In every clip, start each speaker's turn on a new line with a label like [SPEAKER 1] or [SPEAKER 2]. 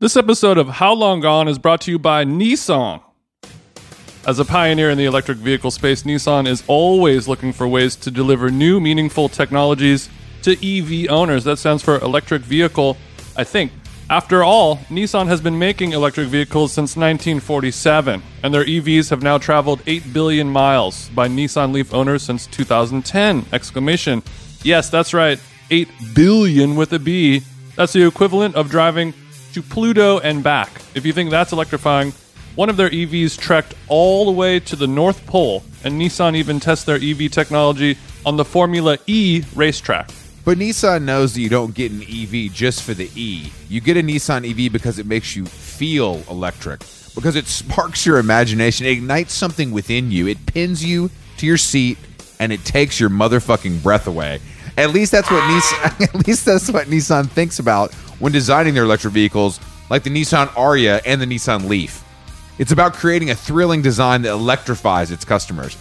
[SPEAKER 1] This episode of How Long Gone is brought to you by Nissan. As a pioneer in the electric vehicle space, Nissan is always looking for ways to deliver new, meaningful technologies to EV owners. That stands for electric vehicle, I think. After all, Nissan has been making electric vehicles since 1947, and their EVs have now traveled 8 billion miles by Nissan Leaf owners since 2010! Exclamation. Yes, that's right, 8 billion with a B. That's the equivalent of driving to Pluto and back. If you think that's electrifying, one of their EVs trekked all the way to the North Pole, and Nissan even tests their EV technology on the Formula E racetrack.
[SPEAKER 2] But Nissan knows that you don't get an EV just for the E. You get a Nissan EV because it makes you feel electric, because it sparks your imagination, it ignites something within you, it pins you to your seat, and it takes your motherfucking breath away. At least that's what Nissan. At least that's what Nissan thinks about when designing their electric vehicles, like the Nissan Aria and the Nissan Leaf. It's about creating a thrilling design that electrifies its customers.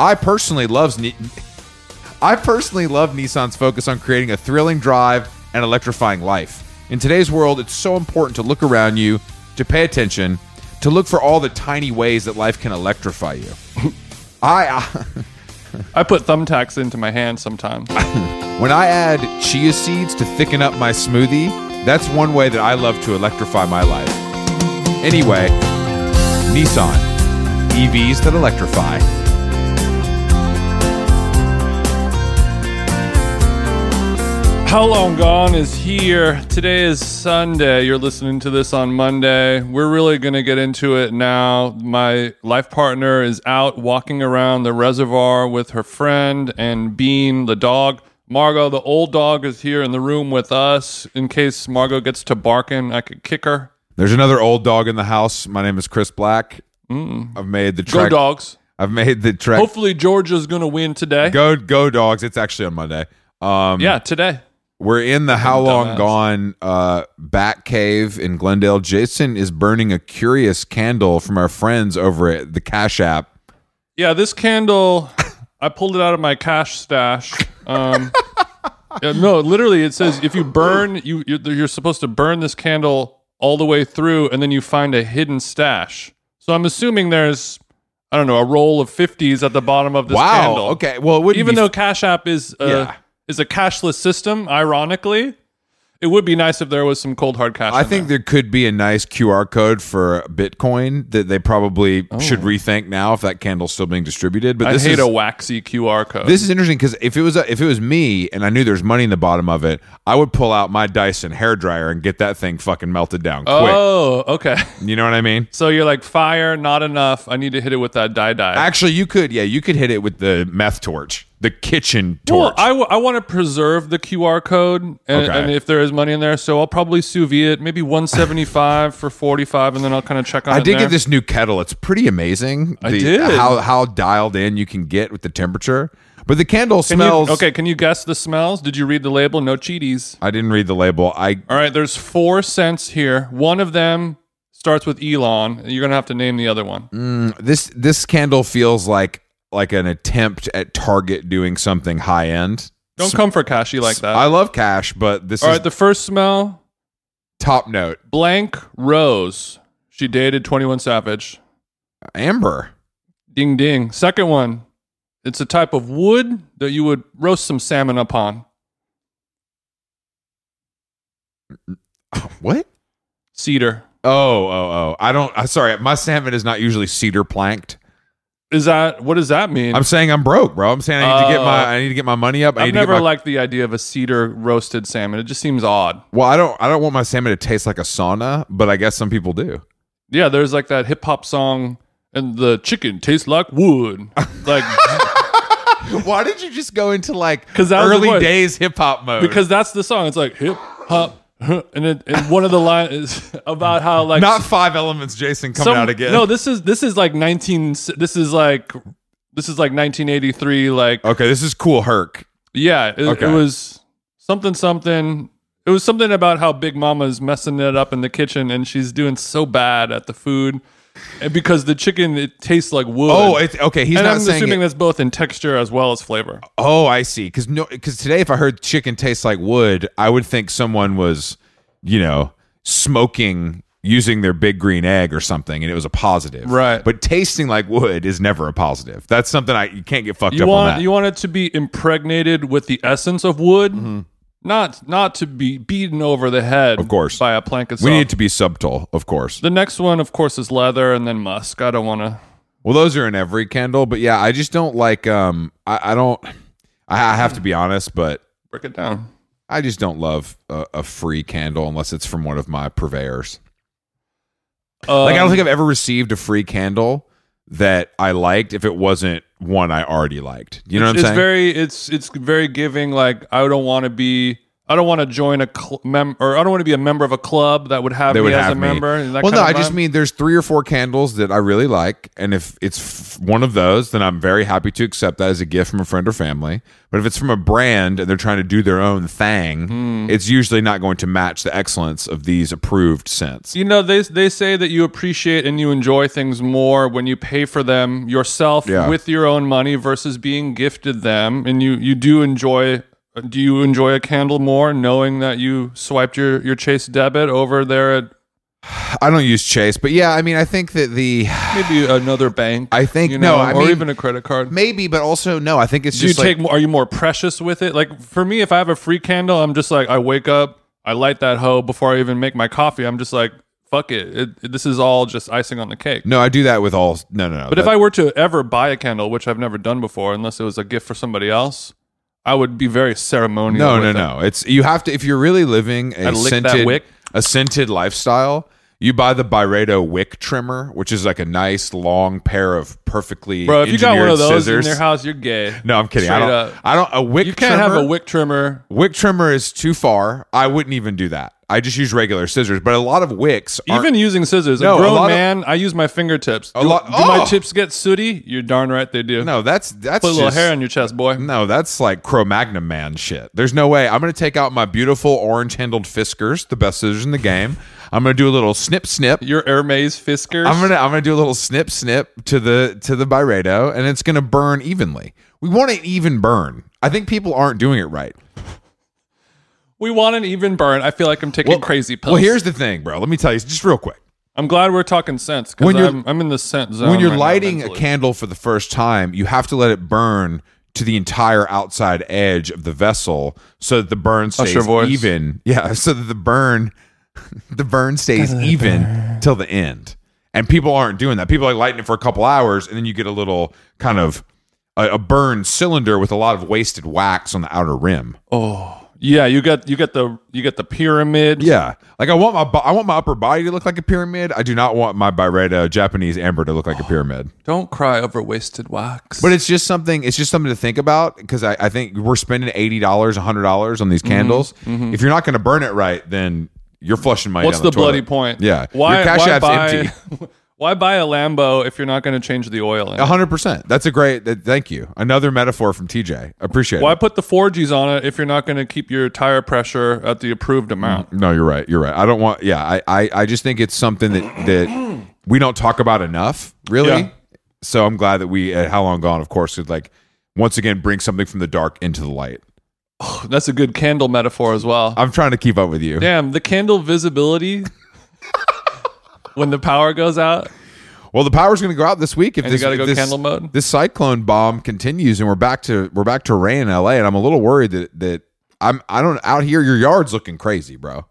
[SPEAKER 2] I personally loves Ni- I personally love Nissan's focus on creating a thrilling drive and electrifying life. In today's world, it's so important to look around you, to pay attention, to look for all the tiny ways that life can electrify you. I, uh,
[SPEAKER 1] I put thumbtacks into my hand sometimes.
[SPEAKER 2] I when I add chia seeds to thicken up my smoothie, that's one way that I love to electrify my life. Anyway, Nissan EVs that electrify.
[SPEAKER 1] How Long Gone is here. Today is Sunday. You're listening to this on Monday. We're really going to get into it now. My life partner is out walking around the reservoir with her friend and Bean, the dog. Margot, the old dog, is here in the room with us in case Margot gets to barking. I could kick her.
[SPEAKER 2] There's another old dog in the house. My name is Chris Black. I've made the
[SPEAKER 1] Go,
[SPEAKER 2] trek.
[SPEAKER 1] dogs.
[SPEAKER 2] I've made the trek.
[SPEAKER 1] Hopefully, Georgia's going to win today.
[SPEAKER 2] Go go dogs. It's actually on Monday. Um,
[SPEAKER 1] Yeah, today.
[SPEAKER 2] we're in the how long
[SPEAKER 1] Dumbass.
[SPEAKER 2] gone uh, Bat Cave in Glendale. Jason is burning a curious candle from our friends over at the Cash App.
[SPEAKER 1] Yeah, this candle, I pulled it out of my cash stash. Um, yeah, no, literally, it says if you burn, you you're, you're supposed to burn this candle all the way through, and then you find a hidden stash. So I'm assuming there's, I don't know, a roll of fifties at the bottom of this
[SPEAKER 2] wow.
[SPEAKER 1] candle.
[SPEAKER 2] Okay. Well, it wouldn't
[SPEAKER 1] Even
[SPEAKER 2] be-
[SPEAKER 1] though Cash App is uh,
[SPEAKER 2] Yeah.
[SPEAKER 1] is a cashless system, ironically, it would be nice if there was some cold hard cash.
[SPEAKER 2] I
[SPEAKER 1] in
[SPEAKER 2] think
[SPEAKER 1] there.
[SPEAKER 2] there could be a nice QR code for Bitcoin that they probably should rethink now if that candle's still being distributed. But
[SPEAKER 1] I
[SPEAKER 2] this
[SPEAKER 1] Oh. hate
[SPEAKER 2] is,
[SPEAKER 1] a waxy QR code.
[SPEAKER 2] This is interesting because if it was if it was me and I knew there's money in the bottom of it, I would pull out my Dyson hairdryer and get that thing fucking melted down quick.
[SPEAKER 1] oh, okay.
[SPEAKER 2] You know what I mean?
[SPEAKER 1] So you're like fire, not enough. I need to hit it with that die die.
[SPEAKER 2] Actually, you could. Yeah, you could hit it with the meth torch, the kitchen torch.
[SPEAKER 1] Well, I, w- I want to preserve the QR code and,
[SPEAKER 2] Okay.
[SPEAKER 1] and if there is money in there, so I'll probably sous vide it, maybe 175 for 45, and then I'll kind of check on
[SPEAKER 2] I
[SPEAKER 1] it.
[SPEAKER 2] did
[SPEAKER 1] there.
[SPEAKER 2] get this new kettle. It's pretty amazing. I
[SPEAKER 1] did.
[SPEAKER 2] How how dialed in you can get with the temperature, but the candle
[SPEAKER 1] Can you-
[SPEAKER 2] smells.
[SPEAKER 1] okay, can you guess the smells? Did you read the label? No cheaties.
[SPEAKER 2] I didn't read the label. I
[SPEAKER 1] All right, there's four scents here. One of them starts with Elon. You're going to have to name the other one.
[SPEAKER 2] Mm, this this candle feels like like an attempt at Target doing something high end.
[SPEAKER 1] Don't come for cashy like that.
[SPEAKER 2] I love cash, but this
[SPEAKER 1] All
[SPEAKER 2] is
[SPEAKER 1] right, the first smell
[SPEAKER 2] top note.
[SPEAKER 1] blank rose. She dated 21 Savage.
[SPEAKER 2] Amber.
[SPEAKER 1] Ding ding. Second one, it's a type of wood that you would roast some salmon upon.
[SPEAKER 2] What?
[SPEAKER 1] Cedar.
[SPEAKER 2] Oh, oh, oh. I don't I sorry, my salmon is not usually cedar planked.
[SPEAKER 1] Is that what does that mean?
[SPEAKER 2] I'm saying I'm broke, bro. I'm saying I need to get
[SPEAKER 1] Oh.
[SPEAKER 2] my I need to get my money up. I need
[SPEAKER 1] I've
[SPEAKER 2] to
[SPEAKER 1] never
[SPEAKER 2] get my,
[SPEAKER 1] liked the idea of a cedar roasted salmon. It just seems odd.
[SPEAKER 2] Well, I don't I don't want my salmon to taste like a sauna, but I guess some people do.
[SPEAKER 1] Yeah, there's like that hip hop song, and the chicken tastes like wood. Like
[SPEAKER 2] Why did you just go into like
[SPEAKER 1] 'Cause that was the voice.
[SPEAKER 2] days hip hop mode?
[SPEAKER 1] because that's the song. It's like hip hop, huh, and it, and one of the lines is about how like
[SPEAKER 2] not five elements Jason coming
[SPEAKER 1] some-
[SPEAKER 2] out again.
[SPEAKER 1] No, this is this is like 19. This is like this is like 1983. Like
[SPEAKER 2] okay, this is cool Herc.
[SPEAKER 1] Yeah, it,
[SPEAKER 2] Okay.
[SPEAKER 1] it was something something. It was something about how Big Mama's messing it up in the kitchen and she's doing so bad at the food and because the chicken it tastes like wood.
[SPEAKER 2] Oh, it's okay. He's
[SPEAKER 1] and
[SPEAKER 2] not
[SPEAKER 1] I'm
[SPEAKER 2] saying
[SPEAKER 1] assuming
[SPEAKER 2] it-
[SPEAKER 1] that's both in texture as well as flavor.
[SPEAKER 2] Oh, I see. Because no, because today, if I heard chicken tastes like wood, I would think someone was, you know, smoking using their big green egg or something and it was a positive.
[SPEAKER 1] Right.
[SPEAKER 2] But tasting like wood is never a positive. That's something I you can't get fucked
[SPEAKER 1] You
[SPEAKER 2] up
[SPEAKER 1] want
[SPEAKER 2] on that.
[SPEAKER 1] you want it to be impregnated with the essence of wood, not not to be beaten over the head.
[SPEAKER 2] Mm-hmm. Of course.
[SPEAKER 1] by a plank of
[SPEAKER 2] we
[SPEAKER 1] salt.
[SPEAKER 2] need to be subtle, of course.
[SPEAKER 1] the next one, of course, is leather, and then musk. I don't want to.
[SPEAKER 2] Well, those are in every candle, but yeah, I just don't like um I, I don't I, I have to be honest, but
[SPEAKER 1] Break it down.
[SPEAKER 2] I just don't love a, a free candle unless it's from one of my purveyors. Like I
[SPEAKER 1] Um,
[SPEAKER 2] don't think I've ever received a free candle that I liked if it wasn't one I already liked. You know what I'm
[SPEAKER 1] it's
[SPEAKER 2] saying?
[SPEAKER 1] very it's it's very giving. Like I don't want to be. I don't want to join a cl- mem or I don't want to be a member of a club that would have
[SPEAKER 2] they
[SPEAKER 1] me
[SPEAKER 2] would
[SPEAKER 1] as
[SPEAKER 2] have
[SPEAKER 1] a
[SPEAKER 2] me.
[SPEAKER 1] member. and that
[SPEAKER 2] well, no,
[SPEAKER 1] kind of
[SPEAKER 2] I just
[SPEAKER 1] vibe.
[SPEAKER 2] mean there's three or four candles that I really like, and if it's f- one of those, then I'm very happy to accept that as a gift from a friend or family. But if it's from a brand and they're trying to do their own thing,
[SPEAKER 1] Hmm.
[SPEAKER 2] it's usually not going to match the excellence of these approved scents.
[SPEAKER 1] You know, they they say that you appreciate and you enjoy things more when you pay for them yourself
[SPEAKER 2] Yeah.
[SPEAKER 1] with your own money versus being gifted them. And you you do enjoy. Do you enjoy a candle more knowing that you swiped your your Chase debit over there at
[SPEAKER 2] I don't use Chase, but yeah, I mean, I think that the
[SPEAKER 1] maybe another bank?
[SPEAKER 2] I think-
[SPEAKER 1] you know,
[SPEAKER 2] no, I
[SPEAKER 1] or
[SPEAKER 2] mean-
[SPEAKER 1] even a credit card.
[SPEAKER 2] maybe, but also no, I think it's
[SPEAKER 1] do you
[SPEAKER 2] just like
[SPEAKER 1] take more, are you more precious with it like for me if i have a free candle i'm just like i wake up i light that hoe before i even make my coffee i'm just like fuck it, it, it- this is all just icing on the cake
[SPEAKER 2] no, I do that with all. No, no, no.
[SPEAKER 1] but if i were to ever buy a candle which i've never done before unless it was a gift for somebody else i would be very ceremonial
[SPEAKER 2] No, no,
[SPEAKER 1] with it.
[SPEAKER 2] no. It's you have to if you're really living a
[SPEAKER 1] lick that
[SPEAKER 2] scented
[SPEAKER 1] wick.
[SPEAKER 2] a scented lifestyle. You buy the Byredo wick trimmer, which is like a nice long pair of perfectly
[SPEAKER 1] bro if you got one of
[SPEAKER 2] engineered
[SPEAKER 1] those
[SPEAKER 2] scissors.
[SPEAKER 1] in your house you're gay
[SPEAKER 2] no, I'm kidding. I
[SPEAKER 1] Straight
[SPEAKER 2] don't.
[SPEAKER 1] up.
[SPEAKER 2] I don't. A wick.
[SPEAKER 1] you can't
[SPEAKER 2] trimmer,
[SPEAKER 1] have a wick trimmer
[SPEAKER 2] wick trimmer is too far. I wouldn't even do that. I just use regular scissors. But a lot of wicks, aren't,
[SPEAKER 1] even using scissors
[SPEAKER 2] No,
[SPEAKER 1] a
[SPEAKER 2] a
[SPEAKER 1] grown
[SPEAKER 2] lot of-
[SPEAKER 1] man i use my fingertips do,
[SPEAKER 2] lot-
[SPEAKER 1] do my
[SPEAKER 2] Oh!
[SPEAKER 1] tips get sooty you're darn right they do
[SPEAKER 2] no, that's that's
[SPEAKER 1] put a little
[SPEAKER 2] just-
[SPEAKER 1] hair on your chest boy
[SPEAKER 2] No, that's like Cro-Magnon man shit. There's no way. I'm going to take out my beautiful orange-handled Fiskars, the best scissors in the game. I'm going to do a little snip snip
[SPEAKER 1] your Hermes Fiskers.
[SPEAKER 2] I'm gonna I'm gonna do a little snip snip to the to the Byredo, and it's gonna burn evenly. We want an even burn. I think people aren't doing it right.
[SPEAKER 1] we want an even burn. I feel like I'm taking crazy pills.
[SPEAKER 2] Well, here's the thing, bro. Let me tell you just real quick.
[SPEAKER 1] I'm glad we're talking sense because
[SPEAKER 2] When you're-
[SPEAKER 1] I'm, I'm in the sense zone.
[SPEAKER 2] When you're
[SPEAKER 1] right now
[SPEAKER 2] lighting a
[SPEAKER 1] mentally.
[SPEAKER 2] candle for the first time, you have to let it burn to the entire outside edge of the vessel so that the burn stays
[SPEAKER 1] Usher voice.
[SPEAKER 2] even. Yeah, so that the burn the burn stays even till the end. And people aren't doing that. People are lighting it for a couple hours and then you get a little kind of a, a burn cylinder with a lot of wasted wax on the outer rim.
[SPEAKER 1] yeah, you got you got the you got the pyramid.
[SPEAKER 2] Yeah, like I want my bo- I want my upper body to look like a pyramid. I do not want my Byredo Japanese amber to look like a pyramid.
[SPEAKER 1] Don't cry over wasted wax.
[SPEAKER 2] But it's just something. It's just something to think about because I, I think we're spending eighty dollars, hundred dollars on these
[SPEAKER 1] Mm-hmm.
[SPEAKER 2] candles. If you're not going to burn it right, then you're flushing money.
[SPEAKER 1] what's
[SPEAKER 2] down
[SPEAKER 1] the,
[SPEAKER 2] toilet.
[SPEAKER 1] bloody point?
[SPEAKER 2] Yeah,
[SPEAKER 1] why
[SPEAKER 2] your cash
[SPEAKER 1] why
[SPEAKER 2] app's
[SPEAKER 1] buy,
[SPEAKER 2] empty. Uh-huh.
[SPEAKER 1] Why buy a Lambo if you're not going to change the oil in? it?
[SPEAKER 2] hundred percent. That's a great. that- thank you. Another metaphor from TJ. Appreciate
[SPEAKER 1] Why
[SPEAKER 2] it.
[SPEAKER 1] put the 4Gs on it if you're not going to keep your tire pressure at the approved amount?
[SPEAKER 2] No, you're right. You're right. I don't want. Yeah, I, I, I just think it's something that that we don't talk about enough, really.
[SPEAKER 1] Yeah.
[SPEAKER 2] So I'm glad that we at How Long Gone, of course, could like once again bring something from the dark into the light. Mm.
[SPEAKER 1] That's a good candle metaphor as well.
[SPEAKER 2] I'm trying to keep up with you.
[SPEAKER 1] Damn, the candle visibility when the power goes out.
[SPEAKER 2] Well, the power's going to go out this week if
[SPEAKER 1] And you
[SPEAKER 2] this,
[SPEAKER 1] gotta
[SPEAKER 2] if
[SPEAKER 1] go
[SPEAKER 2] this-
[SPEAKER 1] candle mode?
[SPEAKER 2] This cyclone bomb continues, and we're back to we're back to rain in LA, and I'm a little worried that that I'm I don't out here. Your yard's looking crazy, bro.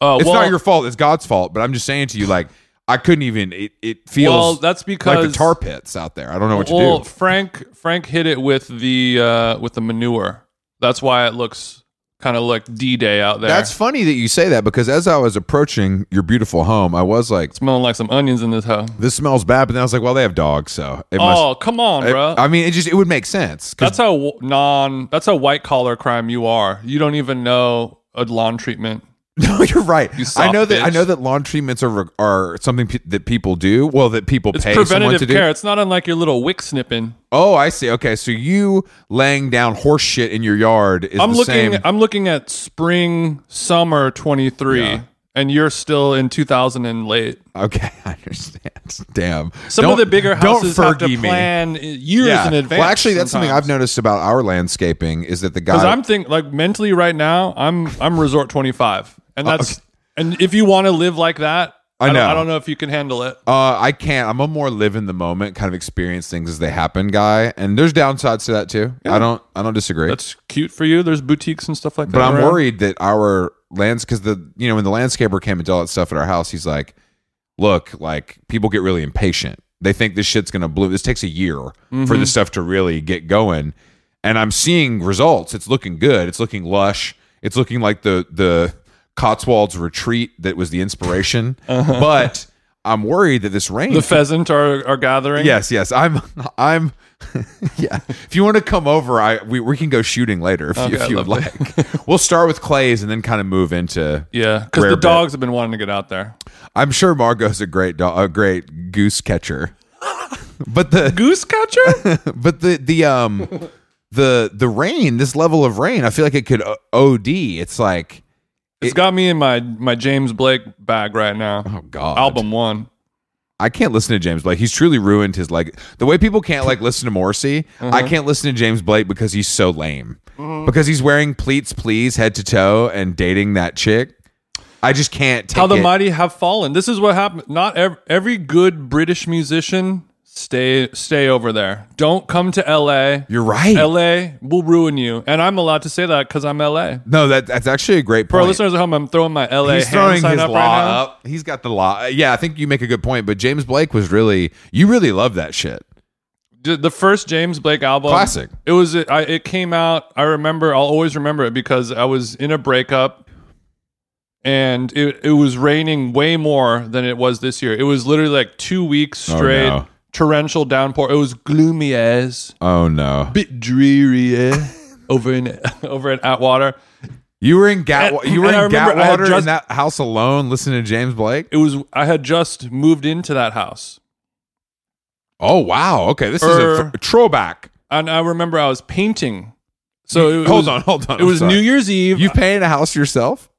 [SPEAKER 1] Uh,
[SPEAKER 2] It's
[SPEAKER 1] well,
[SPEAKER 2] not your fault. It's God's fault. But I'm just saying to you, like I couldn't even. It it feels
[SPEAKER 1] Well, that's
[SPEAKER 2] like the
[SPEAKER 1] because-
[SPEAKER 2] tar pits out there. I don't know what
[SPEAKER 1] well,
[SPEAKER 2] to do.
[SPEAKER 1] Frank Frank hit it with the uh, with the manure. That's why it looks kind of like D Day out there.
[SPEAKER 2] That's funny that you say that because as I was approaching your beautiful home, I was like,
[SPEAKER 1] smelling like some onions in this hoe.
[SPEAKER 2] "This smells bad," but then I was like, "Well, they have dogs, so it must."
[SPEAKER 1] Oh come on,
[SPEAKER 2] it-
[SPEAKER 1] bro.
[SPEAKER 2] uh, I mean, it just it would make sense. 'cause
[SPEAKER 1] that's how w- non. That's how white collar crime you are. You don't even know a lawn treatment.
[SPEAKER 2] No, you're right.
[SPEAKER 1] soft
[SPEAKER 2] I know that I
[SPEAKER 1] bitch.
[SPEAKER 2] know that lawn treatments are are something pe- that people do. Well, that people
[SPEAKER 1] It's
[SPEAKER 2] pay someone to
[SPEAKER 1] preventative
[SPEAKER 2] do.
[SPEAKER 1] care. It's not unlike your little wick snipping.
[SPEAKER 2] Oh, I see. Okay, so you laying down horse shit in your yard is
[SPEAKER 1] I'm
[SPEAKER 2] the
[SPEAKER 1] looking.
[SPEAKER 2] same.
[SPEAKER 1] I'm looking at spring summer 23, and you're still in 2000 and late.
[SPEAKER 2] Okay, I understand. Damn.
[SPEAKER 1] Some
[SPEAKER 2] Don't-
[SPEAKER 1] of the bigger
[SPEAKER 2] don't
[SPEAKER 1] houses have to
[SPEAKER 2] Fergie me.
[SPEAKER 1] plan years in advance.
[SPEAKER 2] Well, actually, that's something
[SPEAKER 1] sometimes.
[SPEAKER 2] I've noticed about our landscaping is that the
[SPEAKER 1] Because
[SPEAKER 2] guy.
[SPEAKER 1] I'm thinking like mentally right now, I'm I'm resort 25, and that's And if you want to live like that,
[SPEAKER 2] Oh, I
[SPEAKER 1] don't-
[SPEAKER 2] know.
[SPEAKER 1] I don't know if you can handle it.
[SPEAKER 2] Uh, I can't. I'm a more live in the moment, kind of experience things as they happen guy, and there's downsides to that too. I don't. I don't disagree.
[SPEAKER 1] That's cute for you. There's boutiques and stuff like that.
[SPEAKER 2] But I'm
[SPEAKER 1] around.
[SPEAKER 2] worried that our lands because the you know when the landscaper came and did all that stuff at our house, he's like, "Look, like people get really impatient. They think this shit's gonna blow. This takes a year for this stuff to really get going." And I'm seeing results. It's looking good. It's looking lush. It's looking like the the Cotswolds retreat that was the inspiration. But I'm worried that this rain
[SPEAKER 1] The pheasant are, are gathering.
[SPEAKER 2] Yes, yes. I'm I'm yeah. If you want to come over, I we, we can go shooting later if you, if
[SPEAKER 1] Okay,
[SPEAKER 2] you would
[SPEAKER 1] lovely.
[SPEAKER 2] like. we'll start with clays and then kind of move into
[SPEAKER 1] Yeah. Because
[SPEAKER 2] Rare
[SPEAKER 1] the
[SPEAKER 2] bit.
[SPEAKER 1] dogs have been wanting to get out there.
[SPEAKER 2] I'm sure Margot's a great dog, a great goose catcher. But the
[SPEAKER 1] Goose catcher?
[SPEAKER 2] but the the um the the rain, this level of rain, I feel like it could uh, o- OD. It's like
[SPEAKER 1] it's got me in my, my James Blake bag right now.
[SPEAKER 2] oh god.
[SPEAKER 1] Album one.
[SPEAKER 2] I can't listen to James Blake. He's truly ruined his leg. The way people can't like listen to Morrissey, I
[SPEAKER 1] Uh-huh.
[SPEAKER 2] can't listen to James Blake because he's so lame. Because he's wearing pleats, please, head to toe, and dating that chick. I just can't take
[SPEAKER 1] How the
[SPEAKER 2] it.
[SPEAKER 1] mighty have fallen. This is what happened. Not ev- every good British musician stay stay over there. Don't come to L.A.
[SPEAKER 2] You're right.
[SPEAKER 1] L.A. will ruin you. And I'm allowed to say that because I'm L.A.
[SPEAKER 2] no, that that's actually a great
[SPEAKER 1] For our
[SPEAKER 2] point.
[SPEAKER 1] listeners at home, I'm throwing my L.A.
[SPEAKER 2] he's
[SPEAKER 1] hand
[SPEAKER 2] throwing
[SPEAKER 1] sign
[SPEAKER 2] his
[SPEAKER 1] up
[SPEAKER 2] law
[SPEAKER 1] right now.
[SPEAKER 2] up. He's got the law. Yeah, I think you make a good point. But James Blake was really you really love that shit.
[SPEAKER 1] D- the first James Blake album,
[SPEAKER 2] Classic.
[SPEAKER 1] It was I, it came out. I remember. I'll always remember it because I was in a breakup, and it it was raining way more than it was this year. It was literally like two weeks
[SPEAKER 2] Oh,
[SPEAKER 1] straight
[SPEAKER 2] no.
[SPEAKER 1] torrential downpour. It was gloomy as
[SPEAKER 2] Oh no,
[SPEAKER 1] bit dreary eh? over in over in Atwater.
[SPEAKER 2] you were in Gat.
[SPEAKER 1] And-
[SPEAKER 2] You were
[SPEAKER 1] and I
[SPEAKER 2] in
[SPEAKER 1] remember I had
[SPEAKER 2] Gatwater in
[SPEAKER 1] just-
[SPEAKER 2] that house alone, listening to James Blake.
[SPEAKER 1] It was I had just moved into that house,
[SPEAKER 2] Oh wow, okay, this is a
[SPEAKER 1] Er-
[SPEAKER 2] f- throwback.
[SPEAKER 1] and I remember I was painting. So it
[SPEAKER 2] hold
[SPEAKER 1] was-
[SPEAKER 2] on, hold on.
[SPEAKER 1] It
[SPEAKER 2] I'm
[SPEAKER 1] was
[SPEAKER 2] sorry.
[SPEAKER 1] New Year's Eve.
[SPEAKER 2] You painted a house yourself?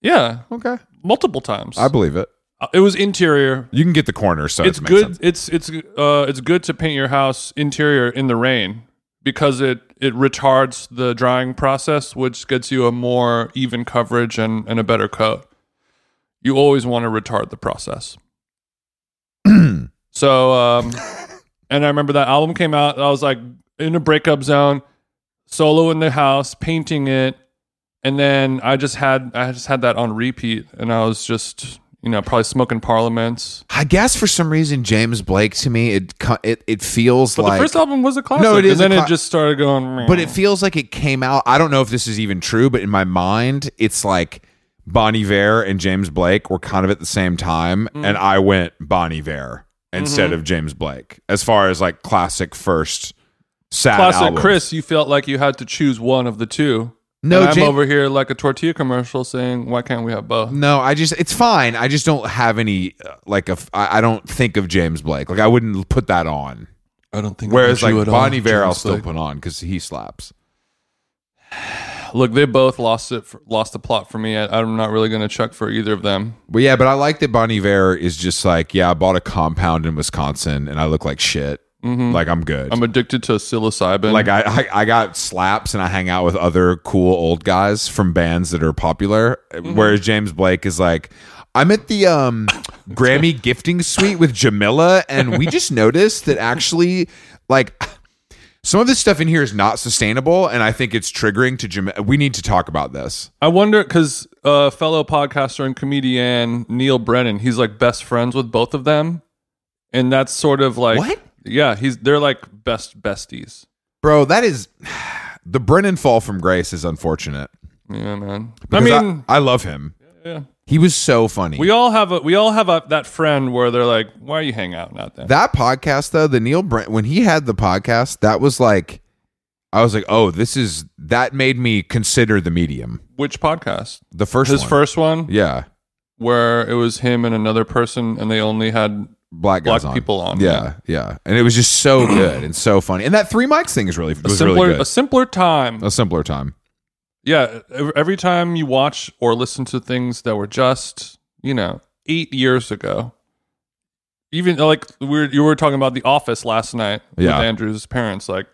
[SPEAKER 1] yeah,
[SPEAKER 2] Okay,
[SPEAKER 1] multiple times.
[SPEAKER 2] I believe it.
[SPEAKER 1] it was interior.
[SPEAKER 2] You can get the corner, so
[SPEAKER 1] it's good. It's it's uh it's good to paint your house interior in the rain because it it retards the drying process, which gets you a more even coverage and and a better coat. You always want to retard the process. so, um, and I remember that album came out. I was like in a breakup zone, solo in the house, painting it, and then I just had I just had that on repeat, and I was just you know probably smoking parliaments.
[SPEAKER 2] I guess for some reason James Blake to me it co- it it feels
[SPEAKER 1] But
[SPEAKER 2] like
[SPEAKER 1] the first album was a classic.
[SPEAKER 2] No, it is
[SPEAKER 1] And then
[SPEAKER 2] a cla-
[SPEAKER 1] it just started going. "Meh."
[SPEAKER 2] but it feels like it came out. I don't know if this is even true, but in my mind it's like Bon Iver and James Blake were kind of at the same time
[SPEAKER 1] Mm.
[SPEAKER 2] and I went Bon Iver instead
[SPEAKER 1] Mm-hmm.
[SPEAKER 2] of James Blake as far as like classic first sad
[SPEAKER 1] classic
[SPEAKER 2] albums.
[SPEAKER 1] Chris, you felt like you had to choose one of the two.
[SPEAKER 2] No,
[SPEAKER 1] and I'm
[SPEAKER 2] Jam-
[SPEAKER 1] over here like a tortilla commercial saying, "Why can't we have both?"
[SPEAKER 2] No, I just it's fine. I just don't have any uh, like a f- I, I don't think of James Blake. Like I wouldn't put that on.
[SPEAKER 1] I don't think.
[SPEAKER 2] Whereas like Bonnie Bear, I'll still put on because he slaps.
[SPEAKER 1] Look, they both lost it. For, lost the plot for me. I, I'm not really going to check for either of them.
[SPEAKER 2] But yeah, but I like that Bonnie Bear is just like, yeah, I bought a compound in Wisconsin and I look like shit. Like I'm good.
[SPEAKER 1] I'm addicted to psilocybin.
[SPEAKER 2] like I, I I got slaps and I hang out with other cool old guys from bands that are popular.
[SPEAKER 1] Mm-hmm.
[SPEAKER 2] Whereas James Blake is like. I'm at the um, Grammy gifting suite with Jamila, and we just noticed that actually, like, some of this stuff in here is not sustainable, and I think it's triggering to Jamila. We need to talk about this.
[SPEAKER 1] I wonder because uh, fellow podcaster and comedian Neil Brennan, he's like best friends with both of them, and that's sort of like
[SPEAKER 2] What?
[SPEAKER 1] Yeah, he's they're like best besties.
[SPEAKER 2] Bro, that is the Brennan fall from grace is unfortunate.
[SPEAKER 1] Yeah, man.
[SPEAKER 2] Because
[SPEAKER 1] I mean,
[SPEAKER 2] I, love him.
[SPEAKER 1] yeah.
[SPEAKER 2] He was so funny.
[SPEAKER 1] we all have a we all have a, that friend where they're like, "Why are you hanging out out there?"
[SPEAKER 2] that podcast though, the Neil Brent when he had the podcast, that was like I was like, "Oh, this is that made me consider the medium."
[SPEAKER 1] Which podcast?
[SPEAKER 2] The first
[SPEAKER 1] His
[SPEAKER 2] one.
[SPEAKER 1] first one,
[SPEAKER 2] Yeah.
[SPEAKER 1] where it was him and another person, and they only had
[SPEAKER 2] Black guys
[SPEAKER 1] black
[SPEAKER 2] on.
[SPEAKER 1] people on.
[SPEAKER 2] Yeah, yeah. And it was just so good and so funny. And that three mics thing is really
[SPEAKER 1] a
[SPEAKER 2] was
[SPEAKER 1] simpler
[SPEAKER 2] really
[SPEAKER 1] a
[SPEAKER 2] good.
[SPEAKER 1] simpler time.
[SPEAKER 2] A simpler time.
[SPEAKER 1] yeah, ev- every time you watch or listen to things that were just you know eight years ago. Even like we were, you were talking about The Office last night
[SPEAKER 2] Yeah.
[SPEAKER 1] with Andrew's parents, like.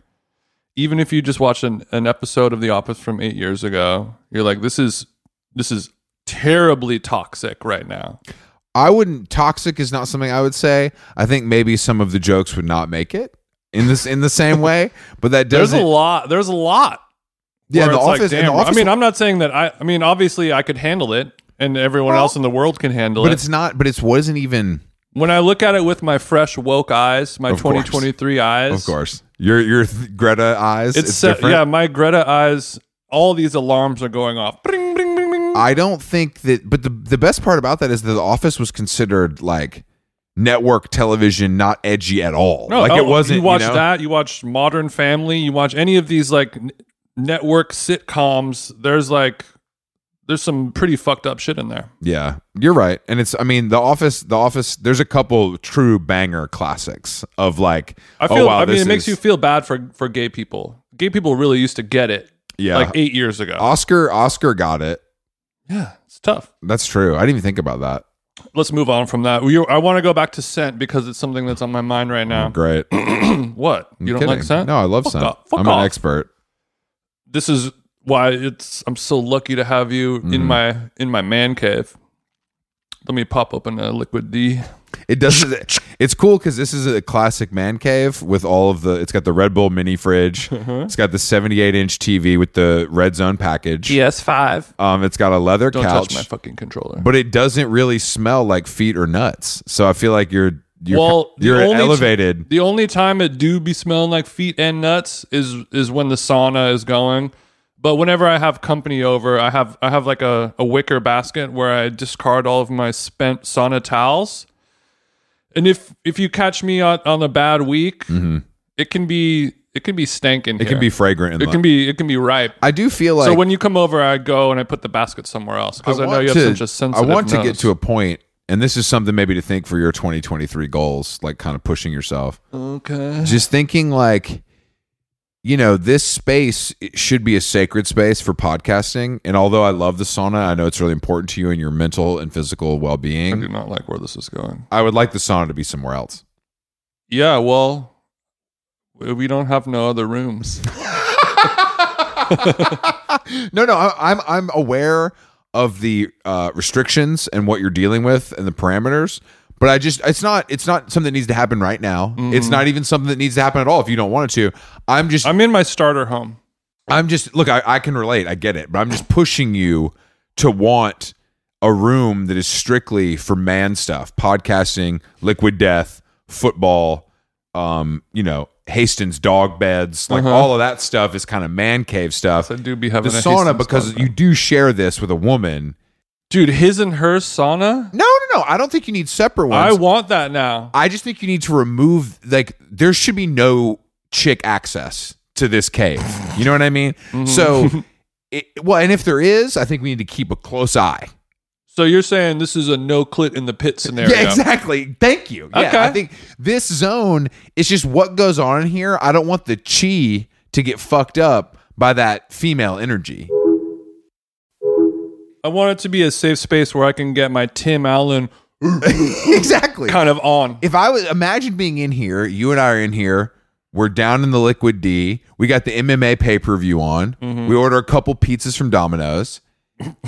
[SPEAKER 1] Even if you just watch an, an episode of The Office from eight years ago, you're like, this is this is terribly toxic right now.
[SPEAKER 2] I wouldn't toxic is not something I would say. I think maybe some of the jokes would not make it in this in the same way, but that
[SPEAKER 1] There's
[SPEAKER 2] doesn't
[SPEAKER 1] a lot. There's a lot.
[SPEAKER 2] yeah,
[SPEAKER 1] where
[SPEAKER 2] the
[SPEAKER 1] it's like,
[SPEAKER 2] office, in the
[SPEAKER 1] damn,
[SPEAKER 2] office
[SPEAKER 1] I mean, I'm not saying that I I mean, obviously I could handle it and everyone else in the world can handle
[SPEAKER 2] but
[SPEAKER 1] it.
[SPEAKER 2] it's not but it wasn't even
[SPEAKER 1] When I look at it with my fresh woke eyes, my
[SPEAKER 2] Of course.
[SPEAKER 1] 2023 eyes.
[SPEAKER 2] of course. Your your th- Greta eyes
[SPEAKER 1] It's,
[SPEAKER 2] it's,
[SPEAKER 1] se-
[SPEAKER 2] different.
[SPEAKER 1] yeah, my Greta eyes, all these alarms are going off. Bring, bring, bring, bring.
[SPEAKER 2] I don't think that but the the best part about that is that the office was considered like network television not edgy at all. like
[SPEAKER 1] oh,
[SPEAKER 2] it wasn't
[SPEAKER 1] You watch
[SPEAKER 2] know?
[SPEAKER 1] that. You watch Modern Family. You watch any of these like n- network sitcoms. There's like there's some pretty fucked up shit in there.
[SPEAKER 2] Yeah, you're right. And it's, I mean, The Office, The Office, there's a couple true banger classics of like,
[SPEAKER 1] I
[SPEAKER 2] oh,
[SPEAKER 1] feel.
[SPEAKER 2] wow,
[SPEAKER 1] I mean,
[SPEAKER 2] this
[SPEAKER 1] it makes
[SPEAKER 2] is-
[SPEAKER 1] you feel bad for for gay people. Gay people really used to get it.
[SPEAKER 2] Yeah.
[SPEAKER 1] like eight years ago.
[SPEAKER 2] Oscar, Oscar got it.
[SPEAKER 1] yeah, it's tough.
[SPEAKER 2] That's true. I didn't even think about that.
[SPEAKER 1] Let's move on from that. We, I want to go back to scent because it's something that's on my mind right now.
[SPEAKER 2] Great. You
[SPEAKER 1] what you don't like scent?
[SPEAKER 2] No, I love
[SPEAKER 1] Fuck
[SPEAKER 2] scent.
[SPEAKER 1] off. Fuck
[SPEAKER 2] I'm
[SPEAKER 1] off.
[SPEAKER 2] an expert.
[SPEAKER 1] this is why it's I'm so lucky to have you
[SPEAKER 2] Mm-hmm.
[SPEAKER 1] in my in my man cave. Let me pop open a liquid D.
[SPEAKER 2] It doesn't. It's cool because this is a classic man cave with all of the. It's got the Red Bull mini fridge.
[SPEAKER 1] Uh-huh.
[SPEAKER 2] It's got the 78 inch TV with the Red Zone package.
[SPEAKER 1] PS five.
[SPEAKER 2] Um, it's got a leather
[SPEAKER 1] Don't
[SPEAKER 2] couch,
[SPEAKER 1] touch my fucking controller.
[SPEAKER 2] but it doesn't really smell like feet or nuts. So I feel like you're you're
[SPEAKER 1] Well, the
[SPEAKER 2] you're
[SPEAKER 1] only t-
[SPEAKER 2] elevated.
[SPEAKER 1] the only time it do be smelling like feet and nuts is is when the sauna is going. But whenever I have company over, I have I have like a, a wicker basket where I discard all of my spent sauna towels. And if if you catch me on, on a bad week, it can be it can be stank in
[SPEAKER 2] Mm-hmm. It can be fragrant. And
[SPEAKER 1] it can be it can be ripe.
[SPEAKER 2] I do feel like
[SPEAKER 1] so when you come over, I go and I put the basket somewhere else because I, know
[SPEAKER 2] want
[SPEAKER 1] you have
[SPEAKER 2] to-
[SPEAKER 1] such a sensitive.
[SPEAKER 2] I want to
[SPEAKER 1] nose.
[SPEAKER 2] get to a point, and this is something maybe to think for your 2023 goals, like kind of pushing yourself.
[SPEAKER 1] okay.
[SPEAKER 2] Just thinking like, you know, this space it should be a sacred space for podcasting. And although I love the sauna, I know it's really important to you and your mental and physical well
[SPEAKER 1] I do
[SPEAKER 2] being.
[SPEAKER 1] not like where this is going.
[SPEAKER 2] I would like the sauna to be somewhere else.
[SPEAKER 1] Yeah, well, we don't have no other rooms.
[SPEAKER 2] No, no, I, I'm I'm aware of the uh, restrictions and what you're dealing with and the parameters, but I just it's not it's not something that needs to happen right now. It's not even something that needs to happen at all if you don't want it to. I'm just I'm,
[SPEAKER 1] I'm in my starter home.
[SPEAKER 2] just look, I, I can relate, I get it, but I'm just pushing you to want a room that is strictly for man stuff, podcasting, liquid death, football, um, you know, Hastings dog beds, like all of that stuff is kind of man cave stuff
[SPEAKER 1] I do be having
[SPEAKER 2] the
[SPEAKER 1] a
[SPEAKER 2] sauna
[SPEAKER 1] Hastings
[SPEAKER 2] because
[SPEAKER 1] sauna.
[SPEAKER 2] you do share this with a woman.
[SPEAKER 1] dude, his and her sauna.
[SPEAKER 2] No, no, no. I don't think you need separate
[SPEAKER 1] I
[SPEAKER 2] ones.
[SPEAKER 1] want that now.
[SPEAKER 2] I, just think you need to remove like there should be no chick access to this cave. You know what I mean? So, it, well, and if there is, I think we need to keep a close eye.
[SPEAKER 1] So you're saying this is a no clit in the pit scenario?
[SPEAKER 2] yeah, exactly. Thank you. Yeah,
[SPEAKER 1] Okay.
[SPEAKER 2] I think this zone is just what goes on in here. I don't want the chi to get fucked up by that female energy.
[SPEAKER 1] I want it to be a safe space where I can get my Tim Allen
[SPEAKER 2] exactly.
[SPEAKER 1] kind of on.
[SPEAKER 2] if I was imagine being in here, you and I are in here. We're down in the liquid D. We got the MMA pay per view on.
[SPEAKER 1] Mm-hmm.
[SPEAKER 2] We order a couple pizzas from Domino's,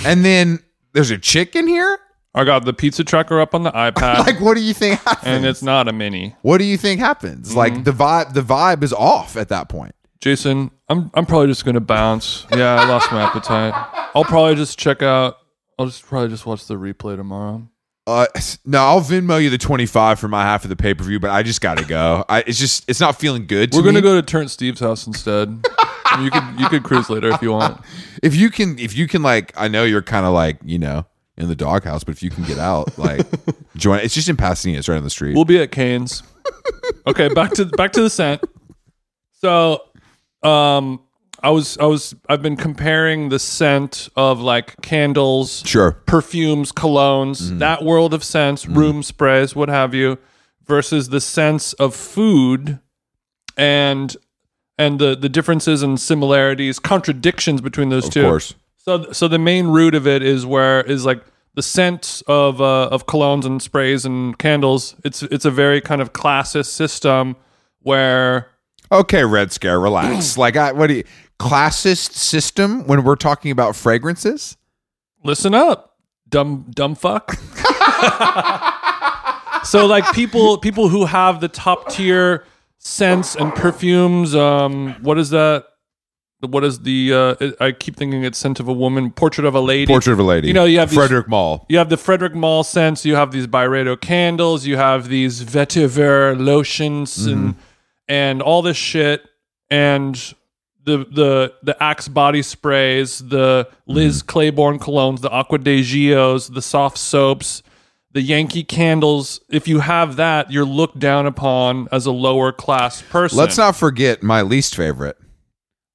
[SPEAKER 2] and then there's a chick in here.
[SPEAKER 1] I got the pizza tracker up on the iPad,
[SPEAKER 2] Like, what do you
[SPEAKER 1] and
[SPEAKER 2] think
[SPEAKER 1] Mm-hmm.
[SPEAKER 2] happens?
[SPEAKER 1] it's not a mini.
[SPEAKER 2] what do you think happens? Like the vibe, the vibe is off at that point.
[SPEAKER 1] Jason, I'm I'm probably just gonna bounce. Yeah, I lost my appetite. I'll probably just check out. I'll just probably just watch the replay tomorrow.
[SPEAKER 2] Uh, no, I'll Venmo you the twenty five for my half of the pay per view, but I just gotta go. I, it's just, it's not feeling good. To
[SPEAKER 1] We're gonna
[SPEAKER 2] me.
[SPEAKER 1] go to Turnt Steve's house instead. you could you could cruise later if you want.
[SPEAKER 2] if you can if you can like i know you're kind of like you know in the doghouse but if you can get out like join it's just in pasadena it's right on the street
[SPEAKER 1] We'll be at Canes. Okay, back to back to the scent. So, um, I was I was I've been comparing the scent of like candles,
[SPEAKER 2] sure
[SPEAKER 1] perfumes, colognes,
[SPEAKER 2] Mm.
[SPEAKER 1] that world of scents, room sprays, what have you, versus the sense of food and and the the differences and similarities, contradictions between those
[SPEAKER 2] of
[SPEAKER 1] two.
[SPEAKER 2] course
[SPEAKER 1] So so the main root of it is where is like the scent of uh, of colognes and sprays and candles. It's it's a very kind of classist system where
[SPEAKER 2] okay red scare relax like i what do you classist system when we're talking about fragrances
[SPEAKER 1] listen up. dumb dumb fuck. so like people people who have the top tier scents and perfumes. Um, what is that? What is the? Uh, I keep thinking it's scent of a woman, portrait of a lady.
[SPEAKER 2] Portrait of a Lady.
[SPEAKER 1] You know, you have these-
[SPEAKER 2] Frederick Mall.
[SPEAKER 1] You have the Frederick Mall scents. You have these Byredo candles. You have these vetiver lotions
[SPEAKER 2] Mm-hmm.
[SPEAKER 1] and and all this shit and the the the Axe body sprays, the
[SPEAKER 2] Mm-hmm.
[SPEAKER 1] Liz Claiborne colognes, the Aqua de Gios, the soft soaps, the Yankee candles. If you have that, you're looked down upon as a lower class person.
[SPEAKER 2] Let's not forget my least favorite,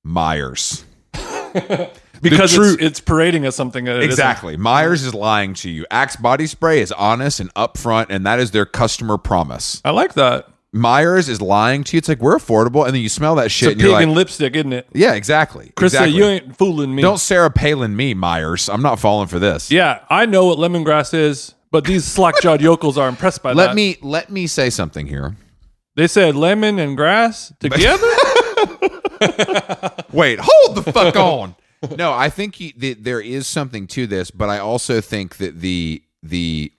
[SPEAKER 2] Myers.
[SPEAKER 1] because
[SPEAKER 2] the
[SPEAKER 1] it's,
[SPEAKER 2] true-
[SPEAKER 1] it's parading as something that it isn't.
[SPEAKER 2] Exactly. Myers is lying to you. Axe body spray is honest and upfront, and that is their customer promise.
[SPEAKER 1] I like that.
[SPEAKER 2] Myers is lying to you. It's like we're affordable, and then you smell that
[SPEAKER 1] It's
[SPEAKER 2] shit,
[SPEAKER 1] a
[SPEAKER 2] and
[SPEAKER 1] pig
[SPEAKER 2] you're like,
[SPEAKER 1] and lipstick, isn't it?
[SPEAKER 2] yeah, exactly.
[SPEAKER 1] Krista,
[SPEAKER 2] exactly.
[SPEAKER 1] you ain't fooling me.
[SPEAKER 2] Don't Sarah Palin me, Myers. I'm not falling for this.
[SPEAKER 1] Yeah, I know what lemongrass is, but these slack jawed yokels are impressed by that.
[SPEAKER 2] Let me let me say something here.
[SPEAKER 1] They said lemon and grass together?
[SPEAKER 2] Wait, hold the fuck on. No, I think he, th- there is something to this, but I also think that the the